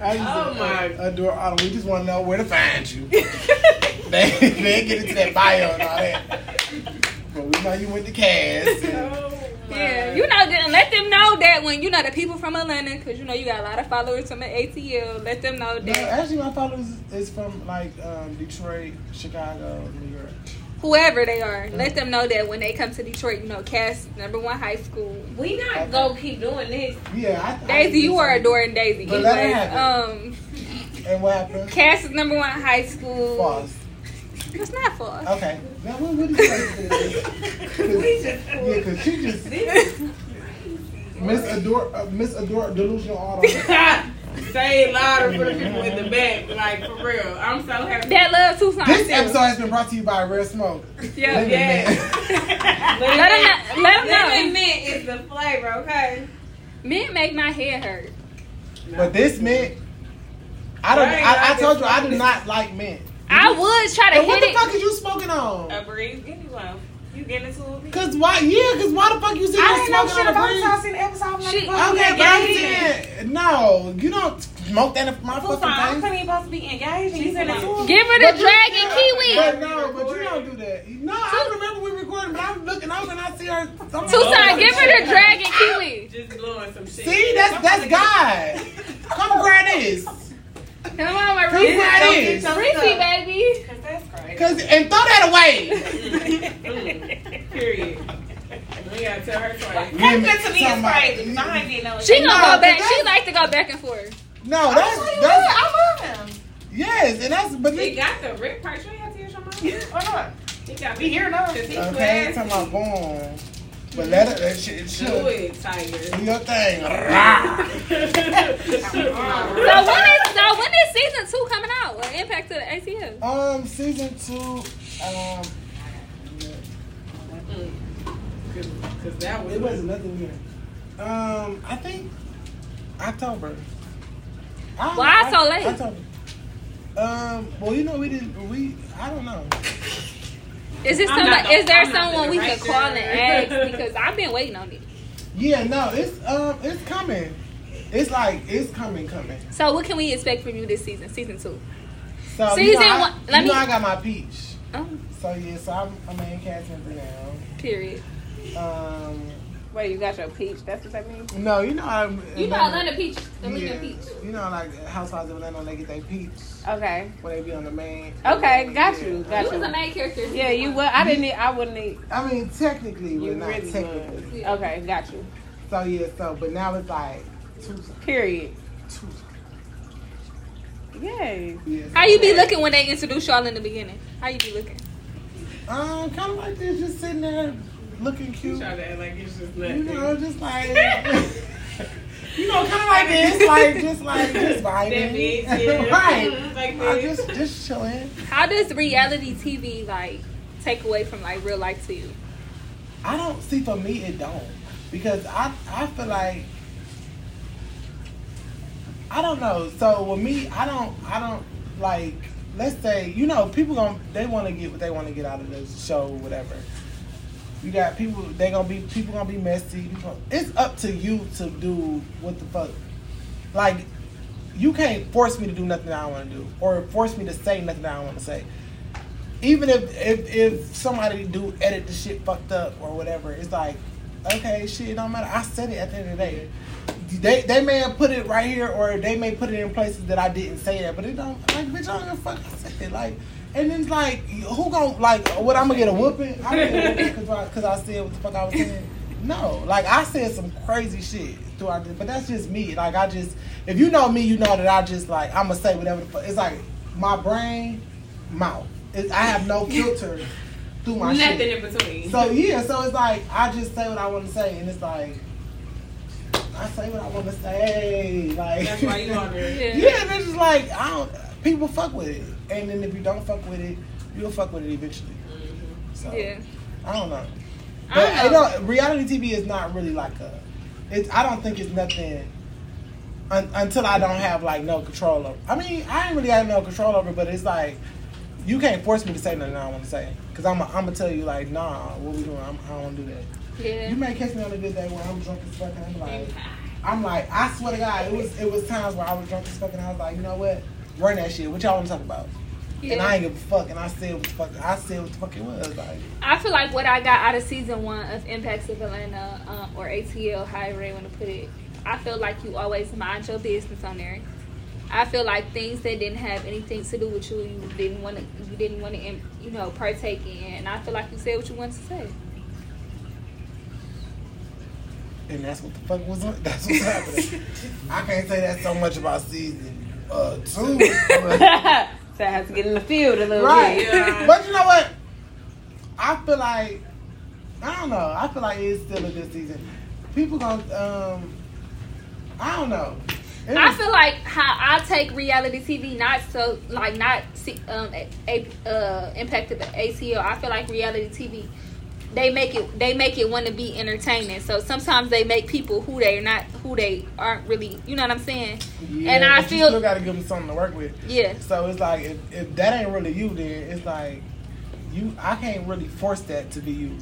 [SPEAKER 3] I used
[SPEAKER 6] Oh,
[SPEAKER 3] to,
[SPEAKER 6] my.
[SPEAKER 3] Uh, adore Autumn. We just want to know where to find you. they, they get into that bio and all that. But we know you went to Cass.
[SPEAKER 5] Oh
[SPEAKER 2] Yeah, you know, then let them know that when you know the people from Atlanta, because you know you got a lot of followers from the ATL. Let them know
[SPEAKER 3] No,
[SPEAKER 2] that
[SPEAKER 3] actually, my followers is from like um, Detroit, Chicago, New York.
[SPEAKER 2] whoever they are, let them know that when they come to Detroit, you know, Cass number one high school.
[SPEAKER 6] We not gonna keep doing this.
[SPEAKER 3] Yeah, I, I
[SPEAKER 2] Daisy, you are adoring Daisy.
[SPEAKER 3] But let it
[SPEAKER 2] Anyways,
[SPEAKER 3] happen.
[SPEAKER 2] um,
[SPEAKER 3] And what happened?
[SPEAKER 2] Cass is number one high school.
[SPEAKER 3] False.
[SPEAKER 2] It's not false.
[SPEAKER 3] Okay. Now, what, what did you like to do? Yeah, because she just. Miss Adore, uh, Miss Adore, delusional autumn.
[SPEAKER 6] Say it louder for the people in the back, like for real. I'm so happy.
[SPEAKER 2] That love Tucson.
[SPEAKER 3] This
[SPEAKER 2] too.
[SPEAKER 3] episode has been brought to you by Rare Smoke.
[SPEAKER 2] Yeah.
[SPEAKER 3] Lemon
[SPEAKER 6] Yes.
[SPEAKER 3] Man.
[SPEAKER 2] Let them, let 'em
[SPEAKER 6] Lemon
[SPEAKER 2] know.
[SPEAKER 6] mint is the flavor, okay?
[SPEAKER 2] Men make my hair hurt.
[SPEAKER 3] But this mint, I don't.
[SPEAKER 6] Right,
[SPEAKER 3] I, I
[SPEAKER 6] I
[SPEAKER 3] told you I
[SPEAKER 6] just-
[SPEAKER 3] do not like mint.
[SPEAKER 2] I would try to
[SPEAKER 3] And what
[SPEAKER 2] hit it.
[SPEAKER 3] the fuck is you smoking on?
[SPEAKER 5] Um,
[SPEAKER 6] A breeze anyway. You getting into a breeze?
[SPEAKER 3] Cause why? Yeah, cause why the fuck you sitting
[SPEAKER 5] I
[SPEAKER 3] there
[SPEAKER 5] didn't know
[SPEAKER 3] smoking
[SPEAKER 5] shit
[SPEAKER 3] on
[SPEAKER 5] about
[SPEAKER 3] a
[SPEAKER 5] this.
[SPEAKER 3] breeze?
[SPEAKER 5] I seen the episode. I'm like,
[SPEAKER 2] She-
[SPEAKER 5] fuck,
[SPEAKER 3] Okay,
[SPEAKER 5] you
[SPEAKER 3] but I'm
[SPEAKER 5] engaged.
[SPEAKER 3] saying, no, you don't smoke that in my
[SPEAKER 5] Full
[SPEAKER 3] fucking
[SPEAKER 5] time. I'm
[SPEAKER 3] face.
[SPEAKER 5] couldn't even supposed to be engaged. and You said
[SPEAKER 6] She's
[SPEAKER 5] it's
[SPEAKER 2] Give her
[SPEAKER 3] But
[SPEAKER 2] the
[SPEAKER 3] you
[SPEAKER 2] dragon
[SPEAKER 3] still- But
[SPEAKER 2] kiwi.
[SPEAKER 3] no, but you don't do that. No, I remember we recorded, but I'm looking over and I see her. I'm
[SPEAKER 2] Tucson,
[SPEAKER 3] like,
[SPEAKER 2] give her the dragon kiwi.
[SPEAKER 6] Just blowing some shit.
[SPEAKER 3] See, that's that's God. Come grab this.
[SPEAKER 2] Come on, my
[SPEAKER 3] Come
[SPEAKER 2] Reese.
[SPEAKER 3] grab this.
[SPEAKER 2] Reese, baby.
[SPEAKER 5] That's crazy.
[SPEAKER 3] Cause and throw that away.
[SPEAKER 6] Mm, period. We gotta tell her twice.
[SPEAKER 3] Give me
[SPEAKER 5] That to me is
[SPEAKER 3] somebody.
[SPEAKER 5] crazy. 'cause I ain't getting no.
[SPEAKER 2] She gonna
[SPEAKER 3] No,
[SPEAKER 2] go back.
[SPEAKER 3] that's-
[SPEAKER 2] She like to go back and forth.
[SPEAKER 3] No, that's
[SPEAKER 5] That's what you do.
[SPEAKER 3] that's
[SPEAKER 5] I love him.
[SPEAKER 3] yes, and that's but
[SPEAKER 6] He
[SPEAKER 3] this,
[SPEAKER 6] got the rip part. Sure, you have to hear your mom. He
[SPEAKER 5] Why not?
[SPEAKER 6] got
[SPEAKER 5] We
[SPEAKER 6] me
[SPEAKER 5] here now.
[SPEAKER 6] Cause he
[SPEAKER 3] okay.
[SPEAKER 6] classy.
[SPEAKER 3] Talking about boom, but let it that shit it
[SPEAKER 6] Do
[SPEAKER 3] should
[SPEAKER 6] it, Tiger.
[SPEAKER 3] do your thing. Rah.
[SPEAKER 2] So when is so when is season two coming out? Or Impact to the ACL?
[SPEAKER 3] Um, season two. Um,
[SPEAKER 6] Because that
[SPEAKER 3] it
[SPEAKER 6] was.
[SPEAKER 3] wasn't nothing here. Um, I think October. I,
[SPEAKER 2] Why so late?
[SPEAKER 3] October. Um, well, you know we didn't. We I don't know.
[SPEAKER 2] Is it
[SPEAKER 6] I'm not
[SPEAKER 2] somebody,
[SPEAKER 6] the-
[SPEAKER 2] is there
[SPEAKER 6] I'm not the
[SPEAKER 2] someone we can
[SPEAKER 6] director.
[SPEAKER 2] call and ask? Because I've been waiting on it.
[SPEAKER 3] Yeah, no, it's um, it's coming. It's like it's coming, coming.
[SPEAKER 2] So what can we expect from you this season? Season two.
[SPEAKER 3] So you
[SPEAKER 2] Season
[SPEAKER 3] know, I,
[SPEAKER 2] one- let
[SPEAKER 3] you know
[SPEAKER 2] me-
[SPEAKER 3] I got my peach.
[SPEAKER 2] Oh,
[SPEAKER 3] So yeah, so I'm a main cast member now.
[SPEAKER 2] period.
[SPEAKER 3] Um,
[SPEAKER 5] Wait, you got your peach? That's what that means?
[SPEAKER 3] No, you know how
[SPEAKER 2] You know Atlanta peach, Atlanta
[SPEAKER 3] yeah,
[SPEAKER 2] peach.
[SPEAKER 3] You know, like housewives of Atlanta, they get their peach
[SPEAKER 5] Okay.
[SPEAKER 3] when they be on the main.
[SPEAKER 5] Okay, got you.
[SPEAKER 2] You
[SPEAKER 5] Got
[SPEAKER 2] was a
[SPEAKER 5] you.
[SPEAKER 2] main character.
[SPEAKER 5] Yeah, you would. I didn't. Need, I wouldn't need.
[SPEAKER 3] I mean, technically,
[SPEAKER 5] You
[SPEAKER 3] but not
[SPEAKER 5] really
[SPEAKER 3] technically.
[SPEAKER 5] would.
[SPEAKER 2] Yeah.
[SPEAKER 5] Okay, got you.
[SPEAKER 3] So yeah, so but now it's like two,
[SPEAKER 5] Period.
[SPEAKER 3] two.
[SPEAKER 5] Yay.
[SPEAKER 3] Yeah.
[SPEAKER 2] How you be looking when they introduce y'all in the beginning? How you be looking?
[SPEAKER 3] Um, kind of like this, just sitting there looking cute.
[SPEAKER 6] Try to act like it's just
[SPEAKER 3] You
[SPEAKER 6] nothing.
[SPEAKER 3] know, just like. You know, kind of like this, like just like just
[SPEAKER 6] That big,
[SPEAKER 3] vibing,
[SPEAKER 6] yeah.
[SPEAKER 3] right?
[SPEAKER 6] Like
[SPEAKER 3] I
[SPEAKER 6] this.
[SPEAKER 3] just just chilling.
[SPEAKER 2] How does reality TV like take away from like real life to you?
[SPEAKER 3] I don't see for me it don't because I I feel like I don't know. So with me, I don't I don't like let's say you know people gonna they want to get what they want to get out of this show or whatever. You got people they gonna be people gonna be messy. You gon- it's up to you to do what the fuck. Like you can't force me to do nothing I want to do or force me to say nothing I want to say even if, if if somebody do edit the shit fucked up or whatever, it's like, okay, shit, it don't matter. I said it at the end of the day. They they may have put it right here or they may put it in places that I didn't say that, but it don't like bitch, I don't give a fuck. I said it like, and then like who gon' like what? I'm gonna get a whooping? I'm gonna get a whooping because I, said what the fuck I was saying. No, like I said some crazy shit throughout this, but that's just me. Like I just, if you know me, you know that I just like I'm gonna say whatever. The fuck. It's like my brain, mouth. It, I have no filter through my shit.
[SPEAKER 6] Nothing in between.
[SPEAKER 3] So yeah, so it's like I just say what I want to say, and it's like I say what I want to say. Like
[SPEAKER 6] That's why you on there.
[SPEAKER 2] Yeah.
[SPEAKER 3] yeah, and it's just like I don't. People fuck with it, and then if you don't fuck with it, you'll fuck with it eventually.
[SPEAKER 6] Mm-hmm.
[SPEAKER 3] So
[SPEAKER 2] Yeah.
[SPEAKER 3] I don't know.
[SPEAKER 2] I
[SPEAKER 3] But
[SPEAKER 2] don't
[SPEAKER 3] you
[SPEAKER 2] know.
[SPEAKER 3] know, reality TV is not really like a. It's I don't think it's nothing. Un, until I don't have like no control over. I mean, I ain't really got no control over, but it's like you can't force me to say nothing I don't want to say. Cause I'm I'm gonna tell you like, nah, what we doing? I'm, I don't want to do that.
[SPEAKER 2] Yeah.
[SPEAKER 3] You may catch me on a good day where I'm drunk as fuck and I'm like, I'm like, I swear to God, it was it was times where I was drunk as fuck and I was like, you know what? Run that shit. What y'all want to talk about? And I
[SPEAKER 2] yeah.
[SPEAKER 3] ain't give a fuck. And I said what the fuck. I said what the fuck it was. Like,
[SPEAKER 2] I feel like what I got out of season one of Impacts of Atlanta um, or ATL, however you want to put it, I feel like you always mind your business on there. I feel like things that didn't have anything to do with you, you didn't want to, you didn't want to, you know, partake in. And I feel like you said what you wanted to say.
[SPEAKER 3] and that's what the fuck was. That's what's happening. I can't say that so much about season uh, two. but-
[SPEAKER 5] so I have to get in the field a little
[SPEAKER 3] Right.
[SPEAKER 5] bit.
[SPEAKER 6] Yeah.
[SPEAKER 3] But you know what? I feel like I don't know. I feel like it's still a good season. People gonna um I don't know. It
[SPEAKER 2] I
[SPEAKER 3] was-
[SPEAKER 2] feel like how I take reality TV, not so like not see- um, a, a, uh, impact of the ATL. I feel like reality TV, they make it they make it want to be entertaining. So sometimes they make people who they're not who they aren't really. You know what I'm saying?
[SPEAKER 3] Yeah,
[SPEAKER 2] and I
[SPEAKER 3] but you
[SPEAKER 2] feel-
[SPEAKER 3] still gotta give them something to work with.
[SPEAKER 2] Yeah.
[SPEAKER 3] So it's like if, if that ain't really you, then it's like you. I can't really force that to be you.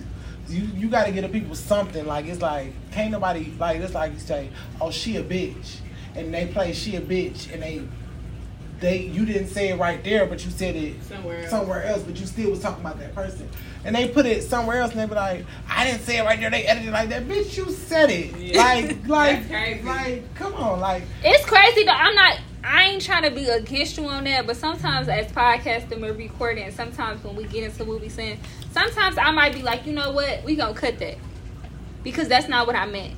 [SPEAKER 3] You you got to give the people something. Like it's like can't nobody like it's like you say, oh she a bitch, and they play she a bitch, and they they you didn't say it right there, but you said it
[SPEAKER 6] Somewhere else.
[SPEAKER 3] somewhere else, but you still was talking about that person. And they put it somewhere else, and they be like, "I didn't say it right there." They edited it like that, bitch. You said it,
[SPEAKER 6] Yeah.
[SPEAKER 3] like,
[SPEAKER 6] That's
[SPEAKER 3] like,
[SPEAKER 6] crazy.
[SPEAKER 3] like, come on, like,
[SPEAKER 2] It's crazy though. I'm not. I ain't trying to be against you on that, but sometimes as podcasting we're recording, and sometimes when we get into what we saying, sometimes I might be like, you know what, we gonna cut that because that's not what I meant.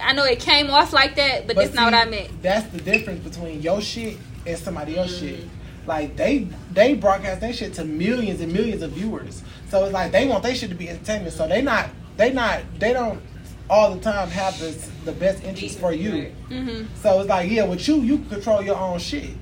[SPEAKER 2] I know it came off like that, but, that's not what
[SPEAKER 3] see,
[SPEAKER 2] I meant. Mm.
[SPEAKER 3] That's the difference between your shit and somebody else's shit. Like they they broadcast their shit to millions and millions of viewers. So it's like they want their shit to be entertainment. So they not they not they don't all the time have the the best interest for you.
[SPEAKER 6] Right.
[SPEAKER 3] So it's like yeah, with you you can control your own shit.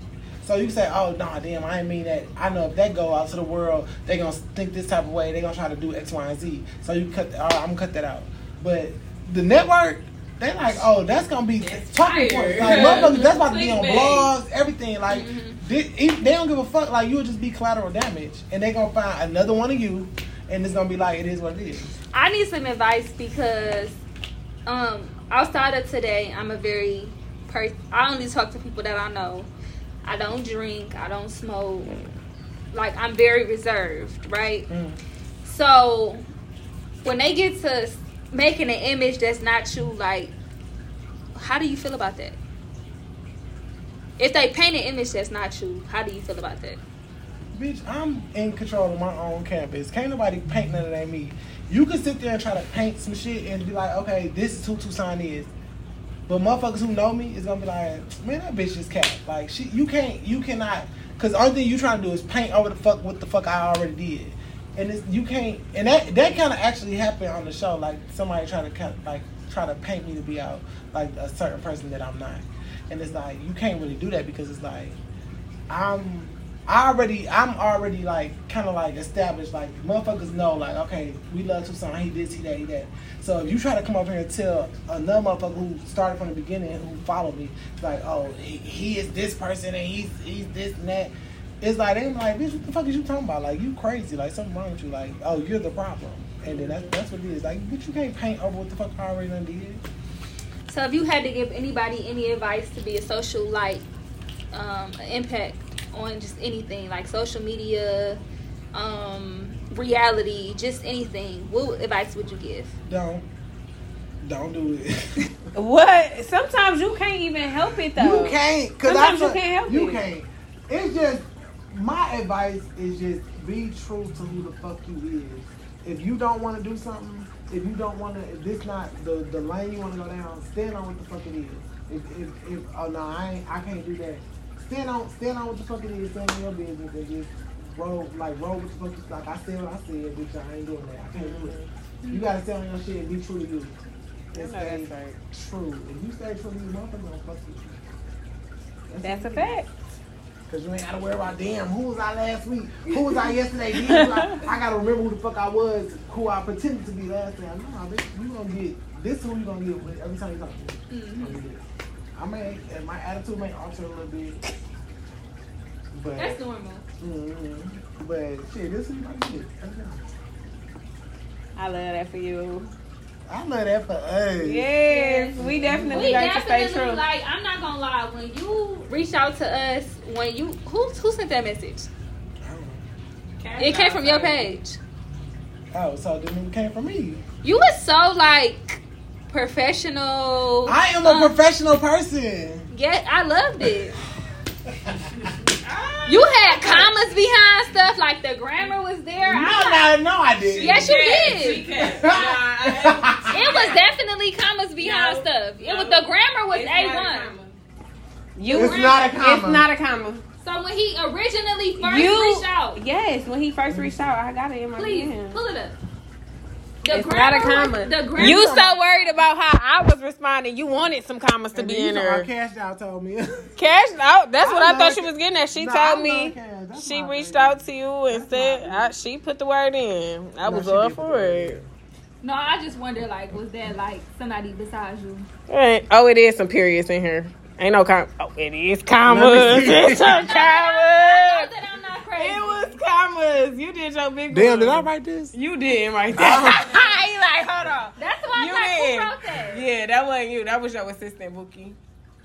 [SPEAKER 3] So you say, oh nah, damn, I ain't mean that. I know if that go out to the world, they gonna think this type of way. They gonna try to do X, Y, and Z. So you cut, all right, I'm gonna cut that out. But the network, they like, oh, that's gonna be
[SPEAKER 6] It's
[SPEAKER 3] talking
[SPEAKER 6] fire.
[SPEAKER 3] points. Like motherfuckers, that's about to be on
[SPEAKER 6] Clickbait. Mm-hmm.
[SPEAKER 3] blogs, everything. Like they, if- they don't give a fuck. Like you'll just be collateral damage, and they gonna find another one of you, and it's gonna be like it is what it is.
[SPEAKER 2] I need some advice because um outside of today, I'm a very per- I only talk to people that I know. I don't drink, I don't smoke. Like I'm very reserved, right?
[SPEAKER 3] Mm.
[SPEAKER 2] So when they get to making an image that's not you, like, how do you feel about that? If they paint an image that's not you, how do you feel about that?
[SPEAKER 4] Bitch, I'm in control of my own campus. Can't nobody paint none of that me. You can sit there and try to paint some shit and be like, okay, this is who Tucson is. But motherfuckers who know me is gonna be like, man, that bitch is cat. Like she, you can't, you cannot, cause the only thing you trying to do is paint over the fuck what the fuck I already did. And it's, you can't, and that that kind of actually happened on the show. Like somebody trying to kind of, like try to paint me to be out like a certain person that I'm not. And it's like you can't really do that because it's like I'm I already I'm already like kind of like established like motherfuckers know like okay we love Tucson he this he that he that so if you try to come up here and tell another motherfucker who started from the beginning who followed me like oh he, he is this person and he's he's this and that it's like they like bitch what the fuck is you talking about like you crazy like something wrong with you like oh you're the problem and then that's that's what it is like bitch you can't paint over what the fuck I already done did
[SPEAKER 2] So if you had to give anybody any advice to be a social like um, an impact on just anything like social media, um, reality, just anything, what advice would you give?
[SPEAKER 4] don't don't do it.
[SPEAKER 5] What? Sometimes you can't even help it though.
[SPEAKER 3] You can't, cause
[SPEAKER 5] Sometimes
[SPEAKER 3] I
[SPEAKER 5] you can't help
[SPEAKER 3] You
[SPEAKER 5] it.
[SPEAKER 3] can't. It's just my advice is just be true to who the fuck you is. If you don't want to do something, if you don't want to, if this not the the lane you want to go down, stand on what the fuck it is. If if, if oh no, I ain't, I can't do that. Stand on stand on what the fuck it is. Stand on your business and just roll like roll with the fuck. you- Like I said what I said, bitch. I ain't doing that. I can't do it. You gotta stand on your shit and be true to you.
[SPEAKER 5] Mm-hmm. I know
[SPEAKER 3] And
[SPEAKER 5] that's
[SPEAKER 3] stay
[SPEAKER 5] right.
[SPEAKER 3] true. If you stay true to you, motherfucker, gonna fuck with you.
[SPEAKER 5] That's a
[SPEAKER 3] it.
[SPEAKER 5] fact.
[SPEAKER 3] Cause you ain't gotta worry about damn who was I last week, who was I yesterday. Damn, like, I gotta remember who the fuck I was, who I pretended to be last time. Nah, bitch, you gonna get this. Who you gonna get with every time you talk to me? Gonna get it.
[SPEAKER 5] Mm-hmm.
[SPEAKER 3] I may, and my attitude may alter a little bit, but
[SPEAKER 2] That's normal.
[SPEAKER 3] mm, but shit, this is my shit.
[SPEAKER 5] I love that for you.
[SPEAKER 3] I love that for us.
[SPEAKER 5] Yes, we definitely
[SPEAKER 2] We
[SPEAKER 5] like
[SPEAKER 2] definitely
[SPEAKER 5] to stay true.
[SPEAKER 2] like I'm not gonna lie, when you reach out to us, when you who who sent that message? It came from your page.
[SPEAKER 4] Oh, so then it came from me.
[SPEAKER 2] You was so like professional.
[SPEAKER 4] I am
[SPEAKER 2] Um,
[SPEAKER 5] Uh.
[SPEAKER 4] a professional person.
[SPEAKER 2] Yeah, I loved it.
[SPEAKER 6] Ah,
[SPEAKER 2] You had commas behind stuff, like the grammar was there. I,
[SPEAKER 4] No, no, no, I didn't.
[SPEAKER 2] yes, you did.
[SPEAKER 7] Nah, I-
[SPEAKER 2] It was definitely commas behind
[SPEAKER 7] No,
[SPEAKER 2] stuff. It was
[SPEAKER 7] no.
[SPEAKER 2] the grammar was
[SPEAKER 7] It's not
[SPEAKER 2] a one.
[SPEAKER 7] common.
[SPEAKER 5] You
[SPEAKER 3] It's not a comma.
[SPEAKER 5] It's not a comma.
[SPEAKER 2] So when he originally first
[SPEAKER 5] You-
[SPEAKER 2] reached out,
[SPEAKER 5] Yes, when he first reached out, I got it in my
[SPEAKER 2] please
[SPEAKER 5] hand.
[SPEAKER 2] pull it up. The
[SPEAKER 5] It's not a
[SPEAKER 2] grammar was-
[SPEAKER 5] comma.
[SPEAKER 2] The grammar.
[SPEAKER 5] You so worried about how I was responding. You wanted some commas to
[SPEAKER 4] And
[SPEAKER 5] be
[SPEAKER 4] then
[SPEAKER 5] in
[SPEAKER 4] you saw
[SPEAKER 5] there.
[SPEAKER 4] our cash out told me.
[SPEAKER 5] Cash out. That's
[SPEAKER 4] I
[SPEAKER 5] what I,
[SPEAKER 4] love
[SPEAKER 5] thought she
[SPEAKER 4] ca-
[SPEAKER 5] was getting at. She
[SPEAKER 4] No, I
[SPEAKER 5] told
[SPEAKER 4] love
[SPEAKER 5] me.
[SPEAKER 4] cash. That's
[SPEAKER 5] She
[SPEAKER 4] my
[SPEAKER 5] reached
[SPEAKER 4] baby.
[SPEAKER 5] out to you and
[SPEAKER 4] That's
[SPEAKER 5] said
[SPEAKER 4] my
[SPEAKER 5] I, she put the word in. I
[SPEAKER 4] No,
[SPEAKER 5] was
[SPEAKER 4] she
[SPEAKER 5] all
[SPEAKER 4] did put
[SPEAKER 5] for
[SPEAKER 4] the word
[SPEAKER 5] it.
[SPEAKER 2] No, I just wonder, like, was that like somebody besides you?
[SPEAKER 5] Right. Oh, it is some periods in here. Ain't no com. Oh, it is
[SPEAKER 4] Let
[SPEAKER 5] commas.
[SPEAKER 4] me see.
[SPEAKER 5] It's some
[SPEAKER 2] Not
[SPEAKER 5] commas.
[SPEAKER 2] that I'm not crazy.
[SPEAKER 5] It was commas. You did Oh. your big. one.
[SPEAKER 4] write this?
[SPEAKER 5] You didn't write that. he like, hold on.
[SPEAKER 2] That's why
[SPEAKER 5] You
[SPEAKER 2] I
[SPEAKER 5] did.
[SPEAKER 2] like, who wrote that?
[SPEAKER 5] Yeah, that wasn't you. That was your assistant, Bookie.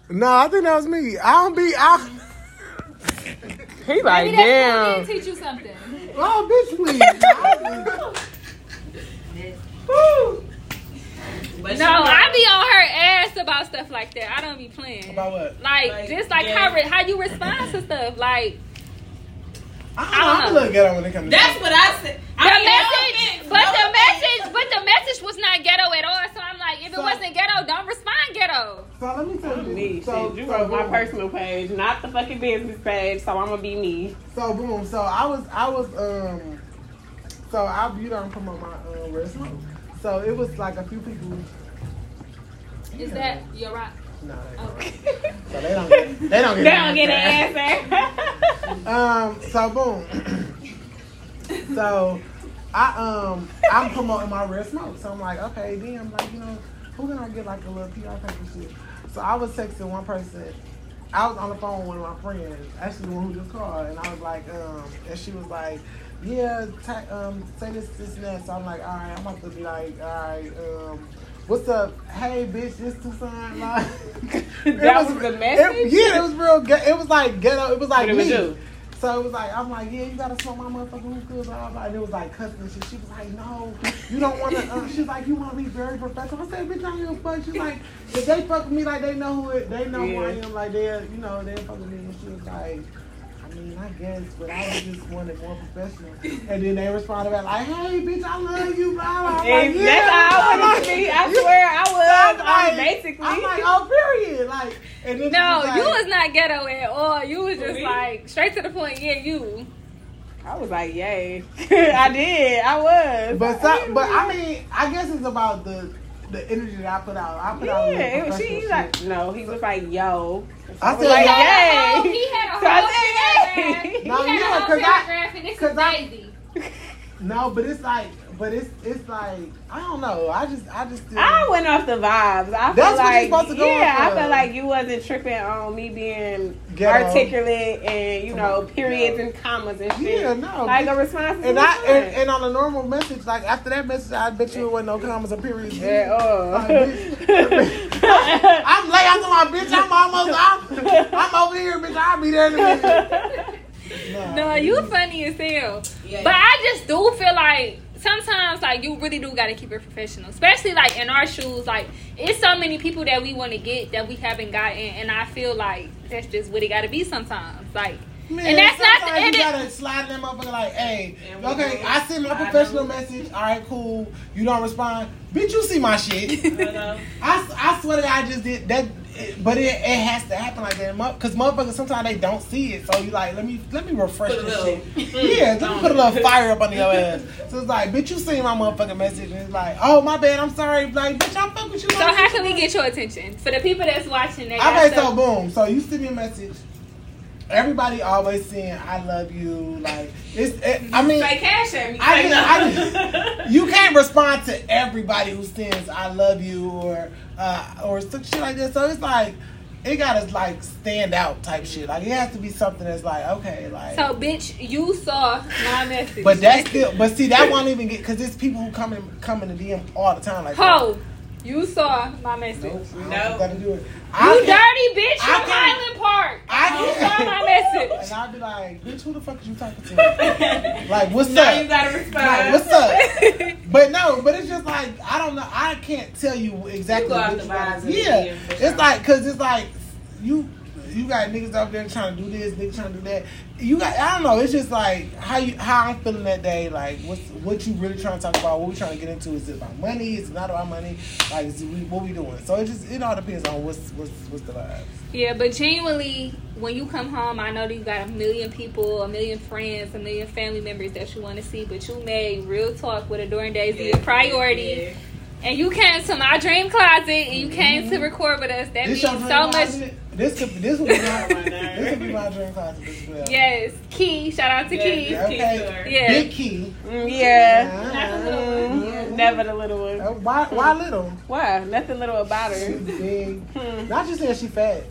[SPEAKER 4] No, I think that was me. I don't be. I,
[SPEAKER 5] He
[SPEAKER 2] Maybe
[SPEAKER 5] like,
[SPEAKER 2] that's
[SPEAKER 5] damn.
[SPEAKER 2] going to teach you something.
[SPEAKER 4] oh, bitch, please. I-
[SPEAKER 7] But
[SPEAKER 2] No,
[SPEAKER 7] you know-
[SPEAKER 2] I be on her ass about stuff like that. I don't be playing.
[SPEAKER 4] About what?
[SPEAKER 2] Like,
[SPEAKER 7] Like,
[SPEAKER 2] just like
[SPEAKER 7] yeah.
[SPEAKER 2] how re- how you respond to stuff. Like
[SPEAKER 4] I,
[SPEAKER 5] Uh-huh.
[SPEAKER 4] I'm a little ghetto when it comes to
[SPEAKER 7] That's what I said.
[SPEAKER 2] the
[SPEAKER 7] I mean, no
[SPEAKER 2] message,
[SPEAKER 7] offense,
[SPEAKER 2] but
[SPEAKER 7] no
[SPEAKER 2] the
[SPEAKER 7] offense.
[SPEAKER 2] message, but the message was not ghetto at all. So I'm like, if it
[SPEAKER 3] So-
[SPEAKER 2] wasn't ghetto, don't respond ghetto.
[SPEAKER 3] So let me tell you.
[SPEAKER 5] Me,
[SPEAKER 3] this. So,
[SPEAKER 5] shit, you
[SPEAKER 3] so
[SPEAKER 5] wrote my
[SPEAKER 3] boom.
[SPEAKER 5] personal page, not the fucking business page, so I'm gonna be me.
[SPEAKER 3] So boom. So I was I was um. So I you don't promote my um restaurant. So it was like a few people.
[SPEAKER 2] Is that your rock?
[SPEAKER 3] No,
[SPEAKER 2] Okay.
[SPEAKER 3] so they don't. Get, they don't get.
[SPEAKER 5] They don't get
[SPEAKER 3] that.
[SPEAKER 5] an answer.
[SPEAKER 3] Um. So boom. so I um I'm promoting my red smoke. So I'm like, okay, then I'm like, you know, who can I get like a little PR paper shit? So I was texting one person. I was on the phone with my friend, actually the one who just called, and I was like, um, and she was like, yeah, ta um, say this, this, and that. So I'm like, all right, I'm about to be like, all right, um, what's up? Hey, bitch, this Tucson. Like,
[SPEAKER 5] That was the message?
[SPEAKER 3] It, yeah, it was real. Ge- it was like ghetto. It was like
[SPEAKER 5] What it was
[SPEAKER 3] me.
[SPEAKER 5] you?
[SPEAKER 3] So it was like, I'm like, yeah, you gotta smoke my motherfucking hookah, blah, blah, blah. And it was like cussing and shit. She was like, no, you don't wanna, uh, she's like, you wanna be very professional. I said, bitch, I don't give a fuck. She's like, if they fuck with me, like, they know who it, they know who I am. Like, they're, you know, they fuck with me. And she was like, I mean, I guess, but I was just wanted more professional. And then they responded back like, hey, bitch, I love you, blah, blah, blah. I'm
[SPEAKER 5] If
[SPEAKER 3] like,
[SPEAKER 5] that's
[SPEAKER 3] yeah.
[SPEAKER 5] how I want to be. I swear I was.
[SPEAKER 3] I'm
[SPEAKER 5] I'm
[SPEAKER 3] like-
[SPEAKER 5] basically.
[SPEAKER 3] I'm like, oh, period. Like, and then
[SPEAKER 2] No,
[SPEAKER 3] she
[SPEAKER 2] you
[SPEAKER 3] was
[SPEAKER 2] was not ghetto at all. You was just
[SPEAKER 6] me?
[SPEAKER 2] like straight to the point. Yeah, you.
[SPEAKER 5] I was like, yay. I did. I was.
[SPEAKER 3] But so, but I mean, I guess it's about the the energy that I put out. I put out.
[SPEAKER 5] yeah,
[SPEAKER 3] a
[SPEAKER 5] it-
[SPEAKER 3] little
[SPEAKER 5] she
[SPEAKER 3] professional
[SPEAKER 5] like, no, he was like, yo.
[SPEAKER 3] I
[SPEAKER 5] was
[SPEAKER 3] said,
[SPEAKER 2] He
[SPEAKER 5] like,
[SPEAKER 3] yeah.
[SPEAKER 2] had a whole-
[SPEAKER 5] Yay.
[SPEAKER 2] He had a
[SPEAKER 5] So I
[SPEAKER 2] whole
[SPEAKER 5] said,
[SPEAKER 2] paragraph.
[SPEAKER 5] yay.
[SPEAKER 2] He
[SPEAKER 3] No,
[SPEAKER 2] had
[SPEAKER 3] Oh, yeah,
[SPEAKER 2] a whole
[SPEAKER 3] 'cause I-
[SPEAKER 2] paragraph, and this is
[SPEAKER 3] 'cause I-
[SPEAKER 2] Daisy.
[SPEAKER 3] No, but it's like, but it's it's like I don't know. I just I just feel,
[SPEAKER 5] I went off the vibes. I
[SPEAKER 3] That's what
[SPEAKER 5] feel
[SPEAKER 3] you
[SPEAKER 5] like,
[SPEAKER 3] supposed to go
[SPEAKER 5] yeah,
[SPEAKER 3] off
[SPEAKER 5] I felt
[SPEAKER 3] of.
[SPEAKER 5] like you wasn't tripping on me being
[SPEAKER 3] uh, Ghetto.
[SPEAKER 5] articulate and you
[SPEAKER 3] Come
[SPEAKER 5] know
[SPEAKER 3] on,
[SPEAKER 5] periods
[SPEAKER 3] yeah.
[SPEAKER 5] and commas and shit.
[SPEAKER 3] yeah no.
[SPEAKER 5] like
[SPEAKER 3] bitch.
[SPEAKER 5] a response.
[SPEAKER 3] and I and, and on a normal message like after that message I bet you it wasn't no commas or periods.
[SPEAKER 5] yeah,
[SPEAKER 3] Like, bitch.
[SPEAKER 5] oh.
[SPEAKER 3] I'm late. I'm like bitch. I'm almost. I'm, I'm over here, bitch. I'll be there in a minute. Nah.
[SPEAKER 2] No, you funny as hell.
[SPEAKER 6] Yeah.
[SPEAKER 2] But I just do feel like sometimes like you really do gotta keep it professional. Especially like in our shoes, like it's so many people that we wanna get that we haven't gotten and I feel like that's just what it gotta be sometimes. Like
[SPEAKER 3] Man,
[SPEAKER 2] And that's not the-
[SPEAKER 3] sometimes
[SPEAKER 2] and
[SPEAKER 3] You
[SPEAKER 2] it-
[SPEAKER 3] gotta slide them up and like, hey,
[SPEAKER 6] And we
[SPEAKER 3] okay,
[SPEAKER 6] do.
[SPEAKER 3] I send my
[SPEAKER 6] I
[SPEAKER 3] professional
[SPEAKER 6] do.
[SPEAKER 3] message. All right, cool. You don't respond, bitch. You see my shit.
[SPEAKER 6] Hello.
[SPEAKER 3] I, s- I swear that I just did that, it- but it, it has to happen like that, because motherfuckers sometimes they don't see it. So you like, let me let me refresh
[SPEAKER 6] Put a
[SPEAKER 3] this
[SPEAKER 6] little-
[SPEAKER 3] shit. Yeah, let me put a little fire up under your ass. So it's like, bitch, you seen my motherfucking message, and it's like, oh my bad, I'm sorry. Like, bitch, I'm fuck with you.
[SPEAKER 2] so how can we get your attention? For the people that's watching they got
[SPEAKER 3] Okay, so
[SPEAKER 2] stuff-
[SPEAKER 3] boom. So you send me a message. Everybody always saying "I love you." Like it's. It, I mean,
[SPEAKER 7] Say cash at me.
[SPEAKER 3] I
[SPEAKER 7] Say
[SPEAKER 3] just-
[SPEAKER 7] no.
[SPEAKER 3] you can't respond to everybody who sends "I love you" or uh, or some shit like that. So it's like it gotta like stand out type shit. Like it has to be something that's like okay, like.
[SPEAKER 2] so bitch, you saw my message.
[SPEAKER 3] but that's still. But see, that won't even get because it's people who come in come in the DM all the time. Like,
[SPEAKER 2] Ho, you saw my message.
[SPEAKER 3] nope,
[SPEAKER 7] No.
[SPEAKER 3] gotta do it.
[SPEAKER 2] You
[SPEAKER 3] I can't-
[SPEAKER 2] dirty bitch
[SPEAKER 3] I
[SPEAKER 2] from
[SPEAKER 3] can't-
[SPEAKER 2] Highland Park.
[SPEAKER 3] I
[SPEAKER 2] You
[SPEAKER 3] can't-
[SPEAKER 2] saw my message.
[SPEAKER 3] And I'd be like, bitch, who the fuck is you talking to? like, what's
[SPEAKER 7] Now
[SPEAKER 3] up?
[SPEAKER 7] you gotta respond.
[SPEAKER 3] Like, what's up? but no, but it's just like I don't know. I can't tell you exactly.
[SPEAKER 6] You go off
[SPEAKER 3] which
[SPEAKER 6] the vibes
[SPEAKER 3] one-
[SPEAKER 6] of the
[SPEAKER 3] Yeah,
[SPEAKER 6] DM for
[SPEAKER 3] it's
[SPEAKER 6] sure.
[SPEAKER 3] like because it's like you you got niggas out there trying to do this, niggas trying to do that. You got I don't know. It's just like how you how I'm feeling that day. Like what's what you really trying to talk about? What we trying to get into? Is it about money? Is it not about money? Like is it, what we doing? So it just it all depends on what's what's what's the vibe.
[SPEAKER 2] Yeah, but genuinely, when you come home, I know that you got a million people, a million friends, a million family members that you want to see, but you made real talk with Adoring Daisy a priority. And you came to my dream closet and you came to record with us. That means
[SPEAKER 3] This your
[SPEAKER 2] so
[SPEAKER 3] dream
[SPEAKER 2] much.
[SPEAKER 3] closet? This could this would be my this would be my dream closet as well.
[SPEAKER 2] Yes, Key. Shout out to
[SPEAKER 6] Yeah,
[SPEAKER 2] Key.
[SPEAKER 6] yeah.
[SPEAKER 2] Yeah.
[SPEAKER 3] Okay.
[SPEAKER 2] Yeah.
[SPEAKER 3] Big key.
[SPEAKER 5] Mm, yeah.
[SPEAKER 3] Uh,
[SPEAKER 5] Mm, never the little one.
[SPEAKER 3] why why little?
[SPEAKER 5] Why? Nothing little about her.
[SPEAKER 3] She's big.
[SPEAKER 5] Hmm.
[SPEAKER 3] Not just saying she fat.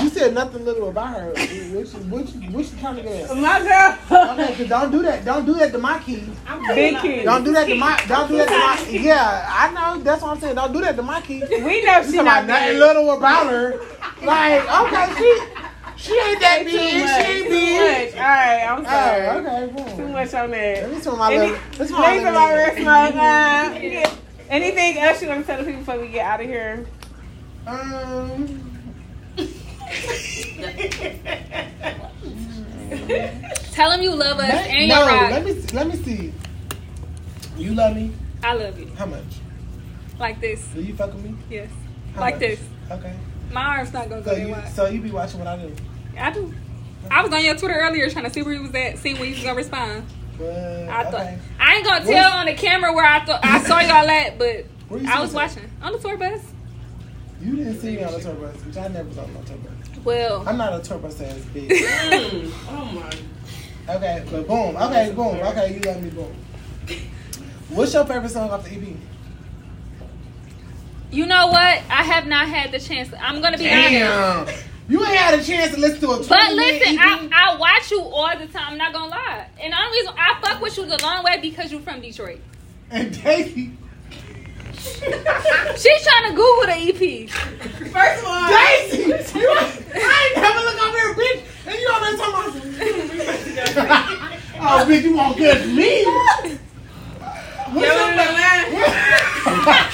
[SPEAKER 3] You said nothing little about her. What you, what you, what you trying to get? at?
[SPEAKER 5] My girl,
[SPEAKER 3] Okay, 'cause don't do that. Don't do that to my key.
[SPEAKER 5] Big Key.
[SPEAKER 3] Don't do that to my. Don't do that to my. Yeah, I know. That's what I'm saying. Don't do that to my key. You
[SPEAKER 5] We know she
[SPEAKER 3] talking about
[SPEAKER 5] not
[SPEAKER 3] nothing
[SPEAKER 5] big.
[SPEAKER 3] little about her. Like okay, she she ain't that big.
[SPEAKER 5] Too
[SPEAKER 3] She
[SPEAKER 5] much.
[SPEAKER 3] ain't
[SPEAKER 5] Too
[SPEAKER 3] big.
[SPEAKER 5] much. All right, I'm sorry.
[SPEAKER 3] Oh, okay, boom.
[SPEAKER 5] Too much on
[SPEAKER 3] Let
[SPEAKER 5] that.
[SPEAKER 3] me turn my
[SPEAKER 5] Any-
[SPEAKER 3] little. Let's turn my
[SPEAKER 5] Leave it like
[SPEAKER 3] little.
[SPEAKER 5] rest my time. Anything else you want to tell the people before we get out of here?
[SPEAKER 3] Um,
[SPEAKER 2] Tell them you love us
[SPEAKER 3] let-
[SPEAKER 2] and
[SPEAKER 3] no,
[SPEAKER 2] your rock.
[SPEAKER 3] let me see- let me see. You love me?
[SPEAKER 2] I love you.
[SPEAKER 3] How much?
[SPEAKER 2] Like this.
[SPEAKER 3] Do you fuck with me?
[SPEAKER 2] Yes.
[SPEAKER 3] How
[SPEAKER 2] like
[SPEAKER 3] much?
[SPEAKER 2] this.
[SPEAKER 3] Okay.
[SPEAKER 2] My arm's not going to
[SPEAKER 3] So
[SPEAKER 2] go that
[SPEAKER 3] you
[SPEAKER 2] wide.
[SPEAKER 3] so you be watching what I do?
[SPEAKER 2] I do. I was on your Twitter earlier trying to see where you was at, see when you was gonna respond.
[SPEAKER 3] But,
[SPEAKER 2] I thought
[SPEAKER 3] okay.
[SPEAKER 2] I ain't gonna
[SPEAKER 3] What?
[SPEAKER 2] tell on the camera where I thought I saw y'all at, but
[SPEAKER 3] Where you see
[SPEAKER 2] I was
[SPEAKER 3] yourself?
[SPEAKER 2] watching on the tour bus.
[SPEAKER 3] You didn't see me on the tour bus, which I never was on my tour bus.
[SPEAKER 2] Well,
[SPEAKER 3] I'm not a tour bus ass bitch.
[SPEAKER 6] Mm. Oh my.
[SPEAKER 3] okay, but boom. Okay, boom. Okay, you love me. Boom. What's your favorite song off the E EP?
[SPEAKER 2] you know what? I have not had the chance. I'm gonna be honest.
[SPEAKER 3] You ain't had a chance to listen to a. E
[SPEAKER 2] But
[SPEAKER 3] 20 minute
[SPEAKER 2] listen,
[SPEAKER 3] EP.
[SPEAKER 2] I, I watch you all the time. I'm not gonna lie. And the only reason I fuck with you the long way because you're from Detroit.
[SPEAKER 3] and Daisy.
[SPEAKER 2] She's trying to Google the E EP.
[SPEAKER 7] First of all,
[SPEAKER 3] Daisy, you, I ain't never look over here, bitch, and you over there talking bitch, you won't judge me. What's
[SPEAKER 8] Yo,
[SPEAKER 3] your-
[SPEAKER 8] the line.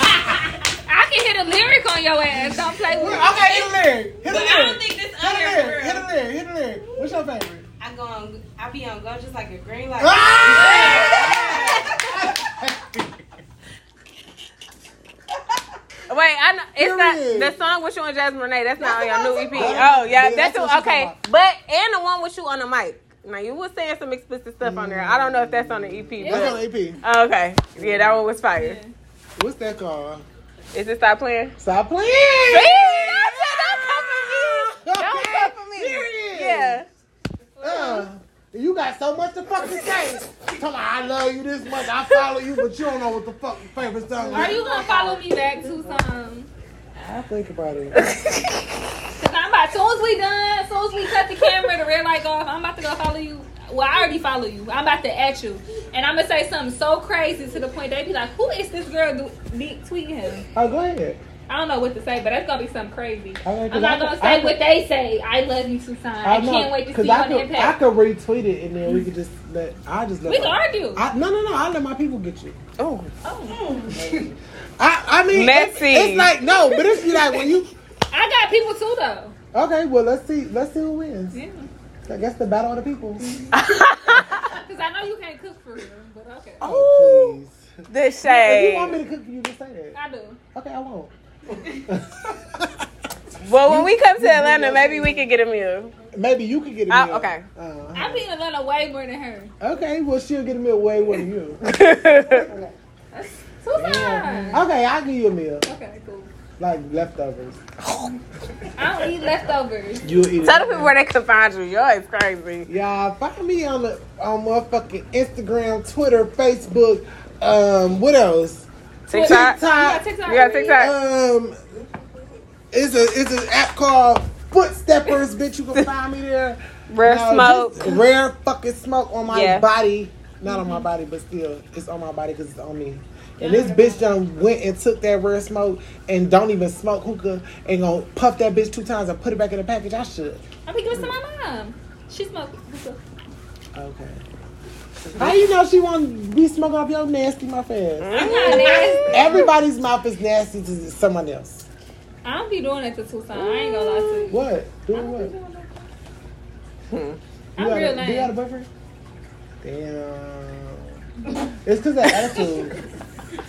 [SPEAKER 2] I can hit a lyric on your ass. Don't play with me.
[SPEAKER 3] Okay, hit a lyric. Hit
[SPEAKER 8] But
[SPEAKER 3] a
[SPEAKER 8] I don't
[SPEAKER 3] lyric.
[SPEAKER 8] think this
[SPEAKER 3] Hit a
[SPEAKER 8] other
[SPEAKER 3] lyric. Hit a
[SPEAKER 8] girl.
[SPEAKER 3] lyric. Hit a lyric. What's your favorite?
[SPEAKER 5] I go on. I be on go just like a green light.
[SPEAKER 3] Ah!
[SPEAKER 6] Wait, I know it's
[SPEAKER 3] Period.
[SPEAKER 6] not the song with you and Jasmine Renee. That's not on
[SPEAKER 5] E
[SPEAKER 6] your new EP.
[SPEAKER 3] about.
[SPEAKER 6] Oh
[SPEAKER 3] Uh,
[SPEAKER 6] yeah,
[SPEAKER 3] Yeah, that's
[SPEAKER 6] that's,
[SPEAKER 3] what she's
[SPEAKER 6] the, okay.
[SPEAKER 3] talking
[SPEAKER 6] But and the one with you on the mic. Now you were saying some explicit stuff on there. I don't know if that's on the EP.
[SPEAKER 3] That's on AP.
[SPEAKER 6] But, okay, yeah, that one was fire.
[SPEAKER 3] What's that called?
[SPEAKER 6] Is it stop playing?
[SPEAKER 3] Stop playing.
[SPEAKER 6] See, that's it, don't come for me. Don't come for me.
[SPEAKER 3] Period.
[SPEAKER 6] Yeah.
[SPEAKER 3] Uh, you got so much to fucking say. Tell me I love you this much. I follow you, but you don't know what the fuck your favorite song is.
[SPEAKER 2] Are you gonna follow me back to some?
[SPEAKER 3] I think about it.
[SPEAKER 2] Cause I'm about. As soon as we done, as soon as we cut the camera, the red light go off. I'm about to go follow you. Well, I already follow you. I'm about to at you, and I'm gonna say something so crazy to the point they be like, "Who is this girl?" Do- be tweeting him.
[SPEAKER 3] Oh, go ahead.
[SPEAKER 2] I don't know what to say, but that's gonna be something crazy.
[SPEAKER 3] I like
[SPEAKER 2] I'm
[SPEAKER 3] that. I
[SPEAKER 2] not gonna
[SPEAKER 3] could- I
[SPEAKER 2] say
[SPEAKER 3] could-
[SPEAKER 2] what they say. I love you, Tucson. I,
[SPEAKER 3] know,
[SPEAKER 2] can't wait to
[SPEAKER 3] 'cause
[SPEAKER 2] see you
[SPEAKER 3] I
[SPEAKER 2] on
[SPEAKER 3] could,
[SPEAKER 2] Impact.
[SPEAKER 3] I could retweet it and then we could just let. I just let.
[SPEAKER 2] we can
[SPEAKER 3] my-
[SPEAKER 2] argue.
[SPEAKER 3] I, no, no, no. I let my people get you.
[SPEAKER 6] Oh,
[SPEAKER 2] oh.
[SPEAKER 3] I, I mean, it's,
[SPEAKER 6] Messy.
[SPEAKER 3] it's like no, but it's like when you.
[SPEAKER 2] I got people too, though.
[SPEAKER 3] Okay, well let's see, let's see who wins.
[SPEAKER 2] Yeah.
[SPEAKER 3] I guess the battle of the people.
[SPEAKER 2] Cause I know you can't cook for real, but okay.
[SPEAKER 3] Oh, please.
[SPEAKER 6] the
[SPEAKER 3] If you
[SPEAKER 6] shade.
[SPEAKER 3] want me to cook for you, just say that.
[SPEAKER 2] I do.
[SPEAKER 3] Okay, I won't.
[SPEAKER 6] well, when we come to Atlanta,
[SPEAKER 3] that
[SPEAKER 6] maybe we could get a meal.
[SPEAKER 3] Maybe you could get a meal.
[SPEAKER 6] Ah, okay.
[SPEAKER 3] Uh,
[SPEAKER 2] I be in Atlanta way more than her.
[SPEAKER 3] okay, well she'll get a meal way more than you.
[SPEAKER 2] Tucson.
[SPEAKER 3] Okay, I'll give you a meal,
[SPEAKER 2] Okay, cool.
[SPEAKER 3] like leftovers.
[SPEAKER 2] I don't eat leftovers.
[SPEAKER 3] You'll eat
[SPEAKER 6] Tell the people where they can find you. Yo, it's crazy.
[SPEAKER 3] Y'all find me on the on motherfucking Instagram, Twitter, Facebook. Um, what else?
[SPEAKER 6] TikTok.
[SPEAKER 3] TikTok.
[SPEAKER 2] got TikTok
[SPEAKER 6] You got
[SPEAKER 2] already?
[SPEAKER 6] TikTok.
[SPEAKER 3] Um, it's a it's an app called Footsteppers, bitch. You can find me there.
[SPEAKER 6] Rare
[SPEAKER 3] No, just
[SPEAKER 6] smoke.
[SPEAKER 3] Rare fucking smoke on my
[SPEAKER 6] Yeah.
[SPEAKER 3] body. Not on my body, but still, it's on my body because it's on me. And this bitch done went and took that rare smoke and don't even smoke hookah and gonna puff that bitch two times and put it back in the package. I should.
[SPEAKER 2] I be giving it to my mom. She smoked. hookah.
[SPEAKER 3] Okay. How you know she won't be smoking off your nasty mouth
[SPEAKER 6] Mm.
[SPEAKER 3] ass?
[SPEAKER 2] I'm not nasty.
[SPEAKER 3] Everybody's mouth is nasty to someone else.
[SPEAKER 2] I don't be doing it to Tucson. I ain't gonna lie to you.
[SPEAKER 3] What?
[SPEAKER 2] I
[SPEAKER 3] Doing
[SPEAKER 2] don't
[SPEAKER 3] what?
[SPEAKER 2] be doing that.
[SPEAKER 3] you
[SPEAKER 6] Hmm.
[SPEAKER 2] I'm
[SPEAKER 3] got
[SPEAKER 2] real
[SPEAKER 3] a, Do you got a
[SPEAKER 2] nice.
[SPEAKER 3] boyfriend? Damn. It's because that attitude.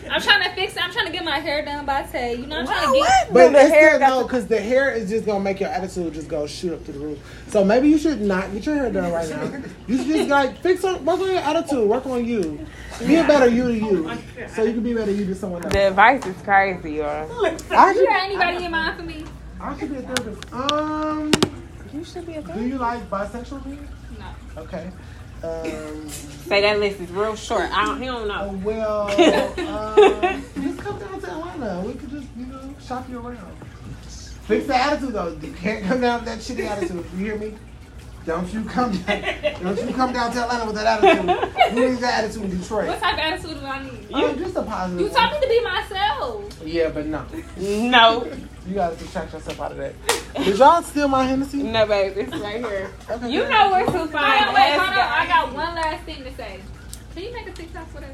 [SPEAKER 2] I'm trying to fix it. I'm trying to get my hair done by Tay. You know, I'm trying to get.
[SPEAKER 3] But
[SPEAKER 6] the
[SPEAKER 3] it's
[SPEAKER 6] hair
[SPEAKER 3] still
[SPEAKER 6] got
[SPEAKER 3] no, because the hair is just gonna make your attitude just go shoot up to the roof. So maybe you should not get your hair done right now. You should just like fix on work on your attitude, work on you, be a better you to you, so you can be better you to someone else.
[SPEAKER 6] The advice is crazy, y'all.
[SPEAKER 3] I
[SPEAKER 2] You
[SPEAKER 3] should,
[SPEAKER 2] got anybody in mind for me?
[SPEAKER 3] I should be a therapist. Um,
[SPEAKER 6] You should be a
[SPEAKER 3] do you like bisexual people?
[SPEAKER 2] No.
[SPEAKER 3] Okay. Um,
[SPEAKER 6] Say that list is real short. I don't, he don't know.
[SPEAKER 3] oh, well, um, just come down to Atlanta. We could just you know shop you around. Fix the attitude though. You can't come down with that shitty attitude. You hear me? Don't you come down. Don't you come down to Atlanta with that attitude. You need that attitude in Detroit.
[SPEAKER 2] What type of attitude do I need?
[SPEAKER 3] You, just a positive.
[SPEAKER 2] You told me to be myself.
[SPEAKER 3] one. Yeah, but no.
[SPEAKER 6] No,
[SPEAKER 3] You gotta subtract yourself out of that. Did y'all steal my Hennessy?
[SPEAKER 6] no, baby, it's right here.
[SPEAKER 3] Okay.
[SPEAKER 6] You know where to find
[SPEAKER 2] Hold on, wait, hold on. I
[SPEAKER 6] us,
[SPEAKER 2] got one last thing to say. Can you make a TikTok for that?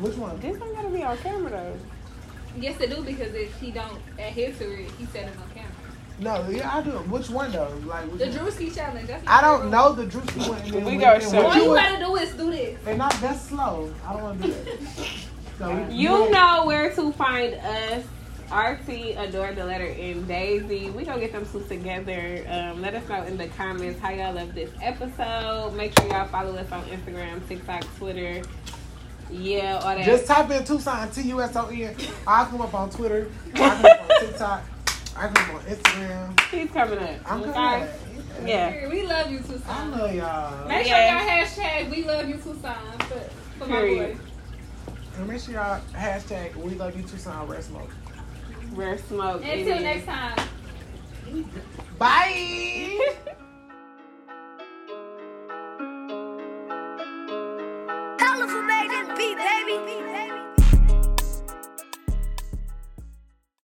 [SPEAKER 3] Which one?
[SPEAKER 6] This ain't gotta be on camera though.
[SPEAKER 2] Yes, I do because if he don't adhere to it, he said it on camera.
[SPEAKER 3] No, yeah, I do. Which one though? Like, which
[SPEAKER 2] The
[SPEAKER 3] one?
[SPEAKER 2] Drewski challenge. That's
[SPEAKER 3] I don't know the juicy one. and then
[SPEAKER 6] We
[SPEAKER 3] when-
[SPEAKER 6] gotta
[SPEAKER 3] and
[SPEAKER 6] show
[SPEAKER 3] when
[SPEAKER 2] All you
[SPEAKER 3] was-
[SPEAKER 2] gotta do is do this.
[SPEAKER 3] And not that slow. I don't want to do that. So we-
[SPEAKER 6] You know where to find us. RT, Adore the letter and Daisy. We gonna get them two together. Um, let us know in the comments how y'all love this episode. Make sure y'all follow us on Instagram, TikTok, Twitter. Yeah, all that.
[SPEAKER 3] Just type in Tucson, T U S O N. I come up on Twitter. I come up on TikTok. I come up on Instagram.
[SPEAKER 6] Keep coming up.
[SPEAKER 3] I'm coming.
[SPEAKER 6] okay?
[SPEAKER 3] back.
[SPEAKER 6] Yeah.
[SPEAKER 2] We love you, Tucson.
[SPEAKER 3] I love y'all.
[SPEAKER 2] Make sure y'all hashtag we love you, Tucson for, for my boy.
[SPEAKER 6] Period.
[SPEAKER 3] And make sure y'all hashtag we love you Tucson Red Smoke.
[SPEAKER 6] Rare smoke. it
[SPEAKER 2] Until
[SPEAKER 6] is.
[SPEAKER 2] next time.
[SPEAKER 3] Bye.
[SPEAKER 1] Colorful made this beat, baby.